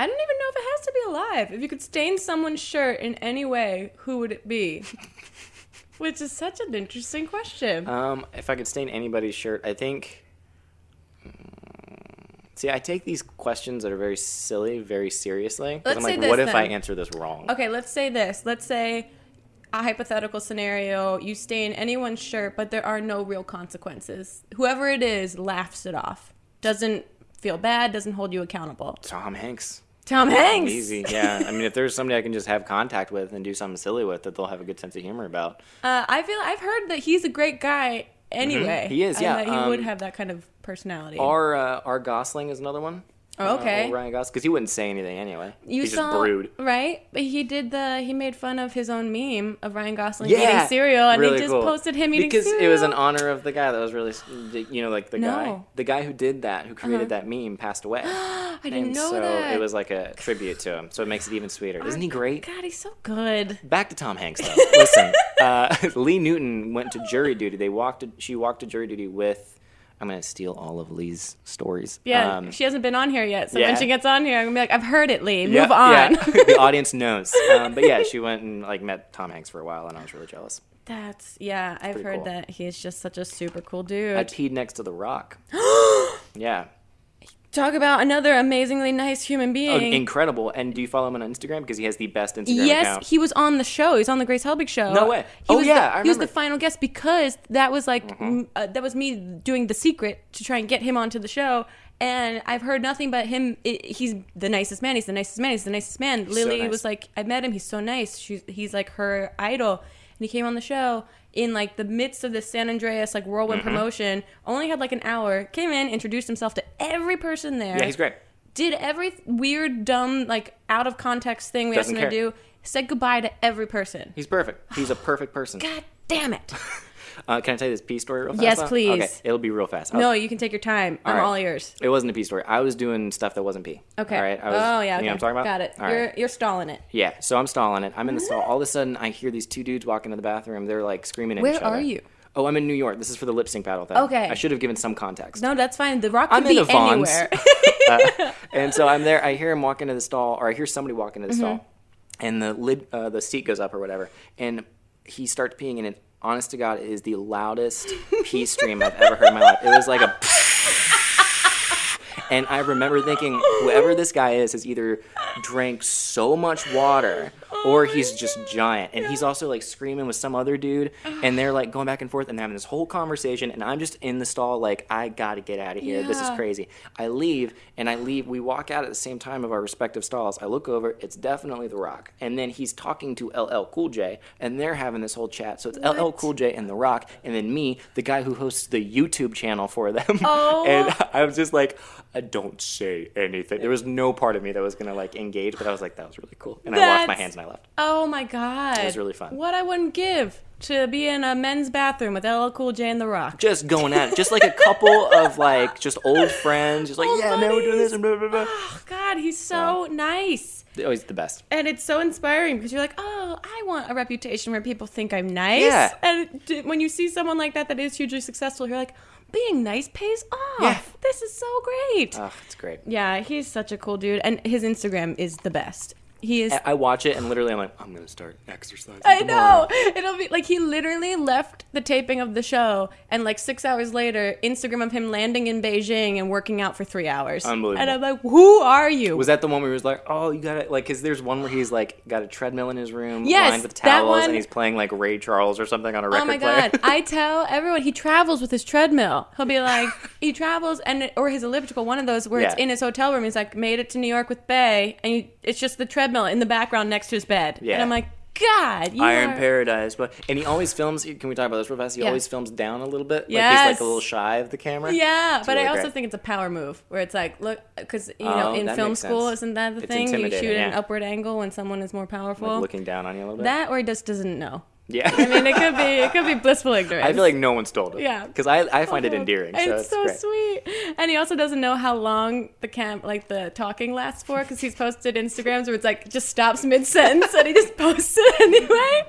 Speaker 4: I don't even know if it has to be alive. If you could stain someone's shirt in any way, who would it be? Which is such an interesting question.
Speaker 3: Um, if I could stain anybody's shirt, I think. mm, See, I take these questions that are very silly very seriously. 'cause
Speaker 4: Let's
Speaker 3: I'm
Speaker 4: say
Speaker 3: like,
Speaker 4: this
Speaker 3: what if I
Speaker 4: then.
Speaker 3: answer this wrong?
Speaker 4: okay, let's say this. Let's say a hypothetical scenario you stain anyone's shirt, but there are no real consequences. Whoever it is laughs it off, doesn't feel bad, doesn't hold you accountable.
Speaker 3: Tom Hanks.
Speaker 4: Tom Hanks.
Speaker 3: Easy, yeah. I mean, if there's somebody I can just have contact with and do something silly with that they'll have a good sense of humor about.
Speaker 4: Uh, I feel I've heard that he's a great guy anyway.
Speaker 3: Mm-hmm. He is,
Speaker 4: and
Speaker 3: yeah,
Speaker 4: that he
Speaker 3: um,
Speaker 4: would have that kind of personality.
Speaker 3: Our uh, our Gosling is another one.
Speaker 4: Oh,
Speaker 3: Uh,
Speaker 4: okay.
Speaker 3: old Ryan Gosling, because he wouldn't say anything anyway.
Speaker 4: You
Speaker 3: He's
Speaker 4: saw
Speaker 3: just brood.
Speaker 4: right, but he did the he made fun of his own meme of Ryan Gosling
Speaker 3: Yeah,
Speaker 4: eating cereal, and
Speaker 3: really
Speaker 4: he just
Speaker 3: cool.
Speaker 4: posted him eating
Speaker 3: because
Speaker 4: cereal
Speaker 3: it was in honor of the guy that was really, you know, like the guy,
Speaker 4: No.
Speaker 3: the guy who did that, who created that meme, passed away.
Speaker 4: I didn't
Speaker 3: And
Speaker 4: know
Speaker 3: so
Speaker 4: that.
Speaker 3: it was like a tribute to him. So it makes it even sweeter. Isn't he great?
Speaker 4: God, he's so good.
Speaker 3: Back to Tom Hanks though. Listen, uh, Lee Newton went to jury duty. They walked. To, she walked to jury duty with. I'm gonna steal all of Lee's stories.
Speaker 4: Yeah,
Speaker 3: Um,
Speaker 4: she hasn't been on here yet. So
Speaker 3: yeah.
Speaker 4: when she gets on here, I'm gonna be like, I've heard it, Lee. Move
Speaker 3: yeah,
Speaker 4: on.
Speaker 3: yeah. the audience knows. Um, but yeah, she went and like met Tom Hanks for a while, and I was really jealous.
Speaker 4: That's yeah. I've
Speaker 3: pretty
Speaker 4: heard
Speaker 3: cool.
Speaker 4: that he is just such a super cool dude.
Speaker 3: I peed next to the rock. yeah.
Speaker 4: Talk about another amazingly nice human
Speaker 3: Oh,
Speaker 4: being.
Speaker 3: incredible. And do you follow him on Instagram? Because he has the best Instagram
Speaker 4: yes,
Speaker 3: account.
Speaker 4: he was on the show. He was on the Grace Helbig show.
Speaker 3: No way.
Speaker 4: He
Speaker 3: Oh,
Speaker 4: was
Speaker 3: yeah,
Speaker 4: the,
Speaker 3: I
Speaker 4: he was the
Speaker 3: remember.
Speaker 4: final guest because that was like m- uh, that was me doing the secret to try and get him onto the show. And I've heard nothing but him. i he's the nicest man. He's the nicest man. He's the nicest man. Lily
Speaker 3: nice.
Speaker 4: was like, I met him. He's so nice. She's he's like her idol. And he came on the show in like the midst of this San Andreas like whirlwind
Speaker 3: Mm-hmm.
Speaker 4: promotion. Only had like an hour. Came in, introduced himself to every person there
Speaker 3: yeah, he's great.
Speaker 4: did every weird, dumb, like out of context thing we
Speaker 3: Doesn't
Speaker 4: asked him
Speaker 3: care.
Speaker 4: to do. Said goodbye to every person.
Speaker 3: He's perfect. He's a perfect person.
Speaker 4: God damn it!
Speaker 3: Uh, can I tell you this pee story real fast?
Speaker 4: Yes,
Speaker 3: though?
Speaker 4: please.
Speaker 3: Okay, it'll be real fast. I'll-
Speaker 4: No, you can take your time. I'm
Speaker 3: right.
Speaker 4: all ears.
Speaker 3: It wasn't a pee story. I was doing stuff that wasn't pee.
Speaker 4: Okay.
Speaker 3: All right. I was,
Speaker 4: oh yeah.
Speaker 3: You
Speaker 4: Okay.
Speaker 3: know what I'm talking about?
Speaker 4: Got it.
Speaker 3: All
Speaker 4: you're
Speaker 3: right.
Speaker 4: you're stalling it.
Speaker 3: Yeah. So I'm stalling it. I'm in the stall. All of a sudden, I hear these two dudes walk into the bathroom. They're like screaming at
Speaker 4: Where
Speaker 3: each other.
Speaker 4: are you?
Speaker 3: Oh, I'm in New York. This is for the lip sync battle thing.
Speaker 4: Okay.
Speaker 3: I should have given some context.
Speaker 4: No, that's fine. The rock could
Speaker 3: I'm in
Speaker 4: be
Speaker 3: a Vons.
Speaker 4: anywhere.
Speaker 3: Uh, and so I'm there. I hear him walk into the stall, or I hear somebody walk into the
Speaker 4: Mm-hmm.
Speaker 3: stall, and the lid, uh, the seat goes up or whatever, and he starts peeing, and it, honest to God, it is the loudest pee stream I've ever heard in my life. It was like a. And I remember thinking, whoever this guy is has either drank so much water
Speaker 4: Oh
Speaker 3: or he's just giant. And he's also like screaming with some other dude. And they're like going back and forth and they're having this whole conversation. And I'm just in the stall, like, I gotta get out of here. This is
Speaker 4: Yeah.
Speaker 3: crazy. I leave and I leave. We walk out at the same time of our respective stalls. I look over, it's definitely The Rock. And then he's talking to LL Cool J and they're having this whole chat. So it's LL Cool J and The Rock. And then me, the guy who hosts the YouTube channel for them.
Speaker 4: Oh.
Speaker 3: and I was just like, I don't say anything. There was no part of me that was gonna like engage, but I was like, that was really cool. And I washed my
Speaker 4: That's-
Speaker 3: hands and I left.
Speaker 4: oh my god. It
Speaker 3: was really fun.
Speaker 4: What I wouldn't give to be in a men's bathroom with LL Cool J and The Rock.
Speaker 3: Just going at it, just like a couple of like just old friends, just like
Speaker 4: Old
Speaker 3: yeah, man, we're doing
Speaker 4: buddies.
Speaker 3: this and blah blah blah.
Speaker 4: Oh God, he's so nice,
Speaker 3: Always the best.
Speaker 4: and it's so inspiring because you're like, oh, I want a reputation where people think I'm nice.
Speaker 3: Yeah.
Speaker 4: And d- when you see someone like that that is hugely successful, you're like, being nice pays off.
Speaker 3: Yeah.
Speaker 4: This is so great.
Speaker 3: Oh, it's great.
Speaker 4: yeah, he's such a cool dude, and his Instagram is the best. He is.
Speaker 3: I watch it and literally I'm like, I'm gonna start exercising.
Speaker 4: I
Speaker 3: tomorrow.
Speaker 4: know. It'll be like he literally left the taping of the show, and like six hours later, Instagram of him landing in Beijing and working out for three hours.
Speaker 3: Unbelievable.
Speaker 4: And I'm like, who are you?
Speaker 3: Was that the one where he was like, "Oh, you gotta like"? Because there's one where he's like got a treadmill in his room,
Speaker 4: Yes,
Speaker 3: lined with
Speaker 4: that
Speaker 3: towels,
Speaker 4: one-
Speaker 3: and he's playing like Ray Charles or something on a record
Speaker 4: Oh my
Speaker 3: player.
Speaker 4: god! I tell everyone he travels with his treadmill. He'll be like, he travels and or his elliptical, one of those where it's
Speaker 3: Yeah.
Speaker 4: in his hotel room. He's like, made it to New York with Bay, and he, it's just the treadmill in the background next to his bed.
Speaker 3: Yeah.
Speaker 4: And I'm like, God, you
Speaker 3: Iron
Speaker 4: are-
Speaker 3: Paradise, but and he always films. Can we talk about this real fast? He
Speaker 4: Yeah.
Speaker 3: always films down a little bit. Like he's
Speaker 4: Yes.
Speaker 3: like a little shy of the camera.
Speaker 4: Yeah,
Speaker 3: It's
Speaker 4: but I
Speaker 3: really
Speaker 4: also
Speaker 3: great.
Speaker 4: think it's a power move where it's like, look, because you know,
Speaker 3: Oh,
Speaker 4: in
Speaker 3: that
Speaker 4: film
Speaker 3: makes
Speaker 4: school,
Speaker 3: sense.
Speaker 4: isn't that the
Speaker 3: It's
Speaker 4: thing? You shoot
Speaker 3: intimidating,
Speaker 4: at an
Speaker 3: yeah.
Speaker 4: upward angle when someone is more powerful.
Speaker 3: like looking down on you a little bit.
Speaker 4: that, or he just doesn't know.
Speaker 3: yeah.
Speaker 4: I mean, it could be, it could be blissful ignorance.
Speaker 3: I feel like no one's told it.
Speaker 4: Yeah.
Speaker 3: Because I, I find it
Speaker 4: Oh,
Speaker 3: endearing. So
Speaker 4: It's
Speaker 3: it's,
Speaker 4: so
Speaker 3: great.
Speaker 4: sweet. And he also doesn't know how long the camp, like the talking lasts for, because he's posted Instagrams where it's like just stops mid sentence and he just posts it anyway.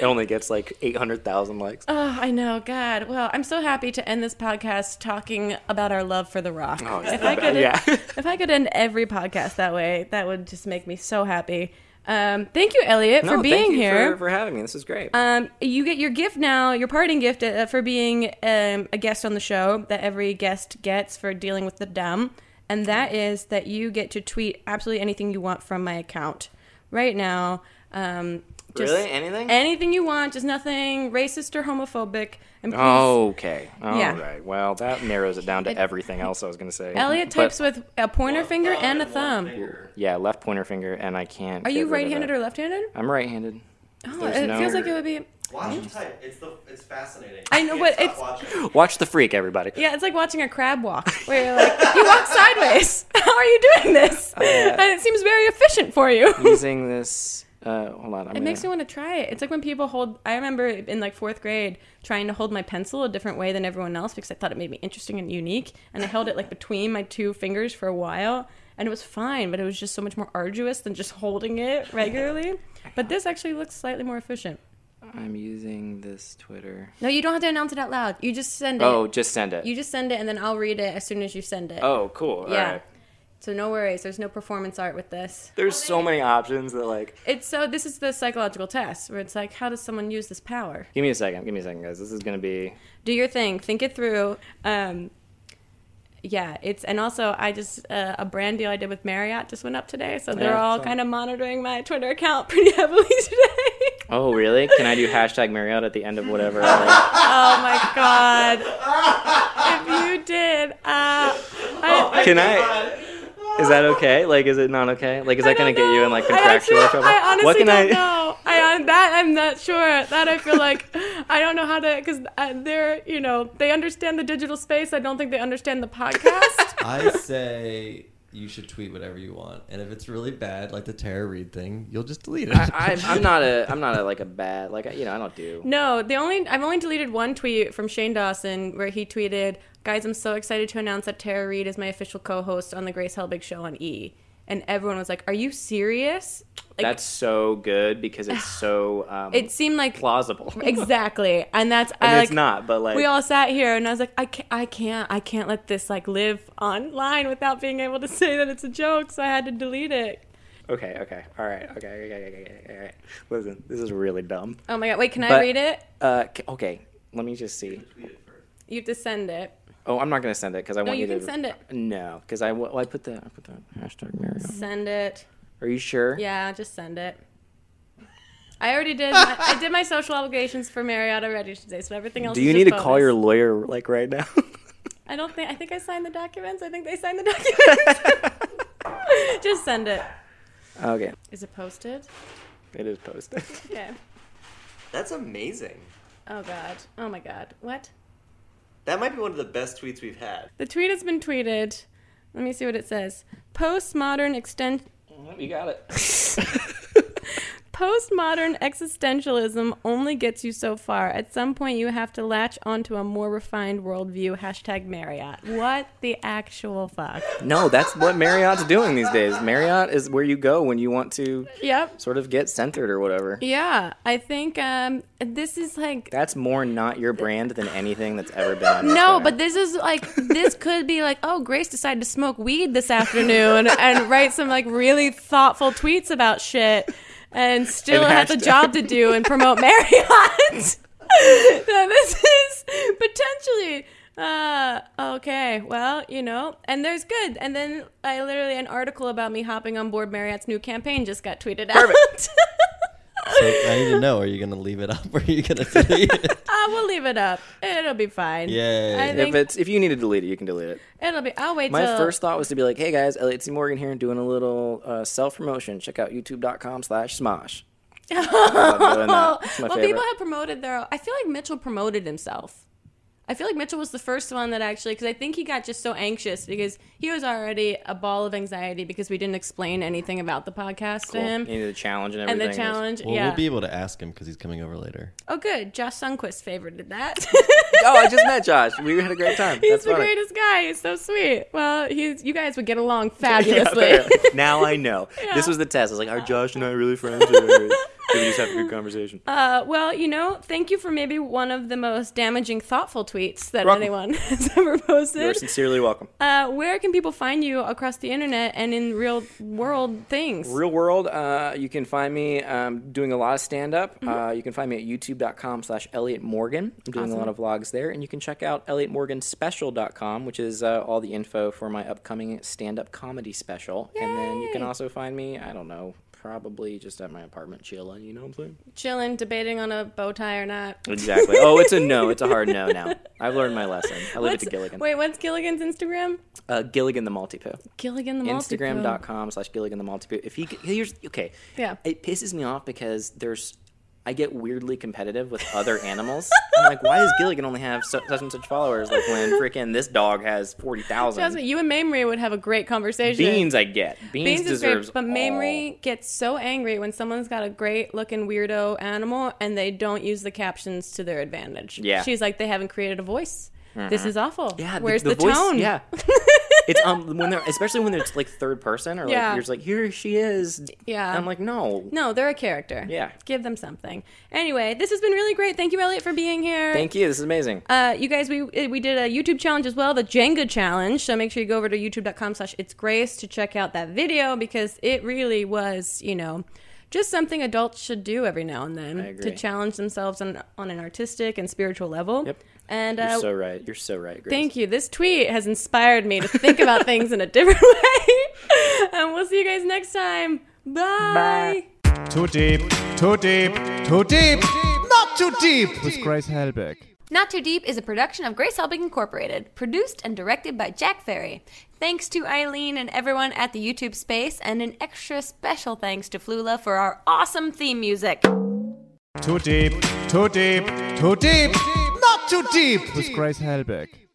Speaker 3: It only gets like eight hundred thousand likes.
Speaker 4: Oh, I know. God. Well, I'm so happy to end this podcast talking about our love for The Rock.
Speaker 3: Oh, yeah.
Speaker 4: if I could,
Speaker 3: Yeah.
Speaker 4: if I could end every podcast that way, that would just make me so happy. Um, thank you, Elliot,
Speaker 3: No,
Speaker 4: for being
Speaker 3: thank you
Speaker 4: here.
Speaker 3: for, for having me. This is great.
Speaker 4: Um, you get your gift now, your parting gift uh, for being um, a guest on the show that every guest gets for dealing with the dumb. And that is that you get to tweet absolutely anything you want from my account right now. Um, just
Speaker 3: Really? Anything?
Speaker 4: Anything you want, just nothing racist or homophobic. And please,
Speaker 3: Oh, Okay. All right.
Speaker 4: Yeah.
Speaker 3: Well, that narrows it down to everything else I was going to say.
Speaker 4: Elliot
Speaker 3: But-
Speaker 4: types with a pointer finger and a thumb.
Speaker 3: Yeah, left pointer finger, and I can't.
Speaker 4: Are you right-handed or left-handed?
Speaker 3: I'm right-handed.
Speaker 4: Oh,
Speaker 3: There's
Speaker 4: it
Speaker 3: no-
Speaker 4: feels like it would be.
Speaker 2: Watch him type. It's the it's fascinating.
Speaker 4: I know,
Speaker 2: You
Speaker 4: but
Speaker 2: can't
Speaker 4: it's-
Speaker 2: stop watching.
Speaker 3: Watch the freak, everybody.
Speaker 4: Yeah, it's like watching a crab walk, where you're like, you walk sideways. How are you doing this? and it seems very efficient for you.
Speaker 3: Using this. Uh, hold on. I'm
Speaker 4: It makes me want to try it. It's like when people hold. I remember in like fourth grade trying to hold my pencil a different way than everyone else because I thought it made me interesting and unique, and I held it like between my two fingers for a while, and it was fine, but it was just so much more arduous than just holding it regularly. But this actually looks slightly more efficient.
Speaker 3: I'm using this Twitter.
Speaker 4: No, you don't have to announce it out loud. You just send it.
Speaker 3: Oh, just send it.
Speaker 4: You just send it, and then I'll read it as soon as you send it.
Speaker 3: oh, cool.
Speaker 4: yeah.
Speaker 3: All right.
Speaker 4: So no worries. There's no performance art with this.
Speaker 3: There's so many options that like.
Speaker 4: It's so this is the psychological test where it's like, how does someone use this power?
Speaker 3: Give me a second. Give me a second, guys. This is gonna be.
Speaker 4: do your thing think it through um, yeah, it's and also I just uh, a brand deal I did with Marriott just went up today, so they're
Speaker 3: Yeah,
Speaker 4: all
Speaker 3: so-
Speaker 4: kind of monitoring my Twitter account pretty heavily today.
Speaker 3: Oh, really? Can I do hashtag Marriott at the end of whatever? Like,
Speaker 4: Oh my god! if you did, uh, I,
Speaker 3: can I? Is that okay? Like, is it not okay? Like, is that
Speaker 4: I
Speaker 3: gonna
Speaker 4: don't
Speaker 3: get you in like
Speaker 4: know. I
Speaker 3: contractual
Speaker 4: actually-
Speaker 3: trouble?
Speaker 4: I honestly
Speaker 3: what can
Speaker 4: don't
Speaker 3: I?
Speaker 4: know. I on that I'm not sure. That I feel like I don't know how to because they're you know they understand the digital space. I don't think they understand the podcast.
Speaker 5: I say you should tweet whatever you want, and if it's really bad, like the Tara Reid thing, you'll just delete it.
Speaker 3: I, I'm not a. I'm not a like a bad. Like you know, I don't do.
Speaker 4: no, the only I've only deleted one tweet from Shane Dawson where he tweeted, "Guys, I'm so excited to announce that Tara Reid is my official co-host on the Grace Helbig show on E." And everyone was like, "Are you serious?" Like,
Speaker 3: That's so good because it's so. Um,
Speaker 4: it seemed like
Speaker 3: plausible.
Speaker 4: exactly and that's
Speaker 3: And
Speaker 4: I, like,
Speaker 3: it's not, but like
Speaker 4: we all sat here and i was like I can't, I can't i can't let this like live online without being able to say that it's a joke so i had to delete it
Speaker 3: Okay, okay, all right, okay, okay, okay, okay, okay, all right. Listen, this is really dumb.
Speaker 4: oh my god wait can i
Speaker 3: But-
Speaker 4: read it
Speaker 3: Uh, c- okay, let me just see.
Speaker 4: you have to send it
Speaker 3: Oh, I'm not gonna send it because I
Speaker 4: no
Speaker 3: want
Speaker 4: you
Speaker 3: you,
Speaker 4: can
Speaker 3: to.
Speaker 4: send it
Speaker 3: No, because I, well, I put the I put the hashtag Mario.
Speaker 4: send it
Speaker 3: Are you sure?
Speaker 4: yeah just send it i already did my, i did my social obligations for marriott already today so everything else
Speaker 3: Do
Speaker 4: is
Speaker 3: you
Speaker 4: just
Speaker 3: need to call
Speaker 4: bonus.
Speaker 3: your lawyer like right now?
Speaker 4: i don't think i think i signed the documents i think they signed the documents just send it
Speaker 3: okay,
Speaker 4: is it posted
Speaker 3: it is posted.
Speaker 4: okay
Speaker 6: That's amazing.
Speaker 4: oh god oh my god what
Speaker 6: That might be one of the best tweets we've had.
Speaker 4: The tweet has been tweeted. Let me see what it says. Postmodern exten-
Speaker 3: You got it.
Speaker 4: postmodern existentialism only gets you so far. At some point, you have to latch onto a more refined worldview. Hashtag Marriott. What the actual fuck?
Speaker 3: No, that's what Marriott's doing these days. Marriott is where you go when you want to
Speaker 4: Yep.
Speaker 3: sort of get centered or whatever.
Speaker 4: Yeah, I think um, this is like.
Speaker 3: That's more not your brand than anything that's ever been. On
Speaker 4: No,
Speaker 3: Instagram.
Speaker 4: but this is like this could be like, oh, Grace decided to smoke weed this afternoon and write some like really thoughtful tweets about shit, and still
Speaker 3: And
Speaker 4: had the
Speaker 3: hashtag-
Speaker 4: job to do and promote Marriott. so this is potentially uh okay well you know and there's good and then i literally an article about me hopping on board marriott's new campaign just got tweeted out
Speaker 5: So I need to know: Are you going to leave it up, or are you going to delete it?
Speaker 4: i will leave it up it'll be fine
Speaker 5: Yay.
Speaker 4: i
Speaker 5: If
Speaker 4: think
Speaker 3: if it's if you need to delete it, you can delete it.
Speaker 4: it'll be i'll wait
Speaker 3: My
Speaker 4: till
Speaker 3: first thought was to be like, "Hey guys, Elliot C. Morgan here, doing a little uh, self promotion. Check out YouTube.com/slash/smosh." I love doing that. It's my
Speaker 4: well,
Speaker 3: favorite.
Speaker 4: people have promoted their. I feel like Mitchell promoted himself. I feel like Mitchell was the first one that actually, because I think he got just so anxious because he was already a ball of anxiety because we didn't explain anything about the podcast to
Speaker 3: Cool.
Speaker 4: him
Speaker 3: You need the challenge and
Speaker 4: and
Speaker 3: everything.
Speaker 4: the challenge.
Speaker 5: Well,
Speaker 4: yeah.
Speaker 5: we'll be able to ask him because he's coming over later.
Speaker 4: oh, good. Josh Sunquist favorited that.
Speaker 3: oh, I just met Josh. We had a great time.
Speaker 4: He's
Speaker 3: That's
Speaker 4: the
Speaker 3: funny.
Speaker 4: greatest guy. He's so sweet. Well, he's you guys would get along
Speaker 3: Yeah,
Speaker 4: fabulously.
Speaker 3: apparently. now I know. This was the test. I was like, "Are Josh and I really friends, or do we just have a good conversation?"
Speaker 4: Uh, well, you know, thank you for maybe one of the most damaging, thoughtful tweets that
Speaker 3: welcome.
Speaker 4: anyone has ever posted.
Speaker 3: You're sincerely welcome.
Speaker 4: Uh, where can people find you across the internet and in real world things?
Speaker 3: Real world, uh, you can find me um, doing a lot of stand up. Uh, you can find me at youtube.com slash Elliot Morgan. I'm doing a lot of vlogs there. And you can check out ElliotMorganSpecial.com, which is uh, all the info for my upcoming stand up comedy special. And then you can
Speaker 4: Yay.
Speaker 3: also find me, I don't know, probably just at my apartment chilling, you know what I'm saying?
Speaker 4: Chilling, debating on a bow tie or not.
Speaker 3: Exactly. oh, it's a no. It's a hard no now. I've learned my lesson. I leave it
Speaker 4: What's-
Speaker 3: to Gilligan.
Speaker 4: Wait, what's Gilligan's Instagram?
Speaker 3: Uh, Gilligan the Multipoo.
Speaker 4: Gilligan the Multi.
Speaker 3: Instagram.com slash Gilligan the Multipoo. If he here's okay,
Speaker 4: Yeah.
Speaker 3: it pisses me off because there's I get weirdly competitive with other animals. I'm like, why does Gilligan only have so, such and such followers? Like when freaking this dog has forty
Speaker 4: Jasmine,
Speaker 3: thousand.
Speaker 4: you and Mamrie would have a great conversation.
Speaker 3: Beans, I get. Beans,
Speaker 4: Beans is
Speaker 3: deserves.
Speaker 4: great, but Mamrie gets so angry when someone's got a great looking weirdo animal and they don't use the captions to their advantage.
Speaker 3: Yeah. Mm-hmm.
Speaker 4: She's like, they haven't created a voice. This is awful.
Speaker 3: Yeah,
Speaker 4: Where's the,
Speaker 3: voice-
Speaker 4: tone?
Speaker 3: Yeah, it's um when they're especially when they're like third person or like
Speaker 4: Yeah.
Speaker 3: you're just like here she is.
Speaker 4: Yeah.
Speaker 3: I'm like no.
Speaker 4: No, they're a character.
Speaker 3: Yeah.
Speaker 4: Give them something. Anyway, this has been really great. Thank you, Elliot, for being here.
Speaker 3: Thank you. This is amazing.
Speaker 4: Uh, you guys, we we did a YouTube challenge as well, the Jenga challenge. So make sure you go over to youtube.com slash it's grace to check out that video because it really was, you know, just something adults should do every now and
Speaker 3: I
Speaker 4: then
Speaker 3: agree.
Speaker 4: to challenge themselves on, on an artistic and spiritual level.
Speaker 3: Yep.
Speaker 4: And
Speaker 3: You're
Speaker 4: uh,
Speaker 3: so right. You're so right, Grace.
Speaker 4: thank you. This tweet has inspired me to think about things in a different way. and we'll see you guys next time. Bye.
Speaker 7: Too deep, too deep, too deep, not too deep with Grace Helbig.
Speaker 8: Not Too Deep is a production of Grace Helbig Incorporated, produced and directed by Jack Ferry. Thanks to Eileen and everyone at the YouTube space, and an extra special thanks to Flula for our awesome theme music.
Speaker 7: Too deep, too deep, too deep, not too deep with Grace Helbig.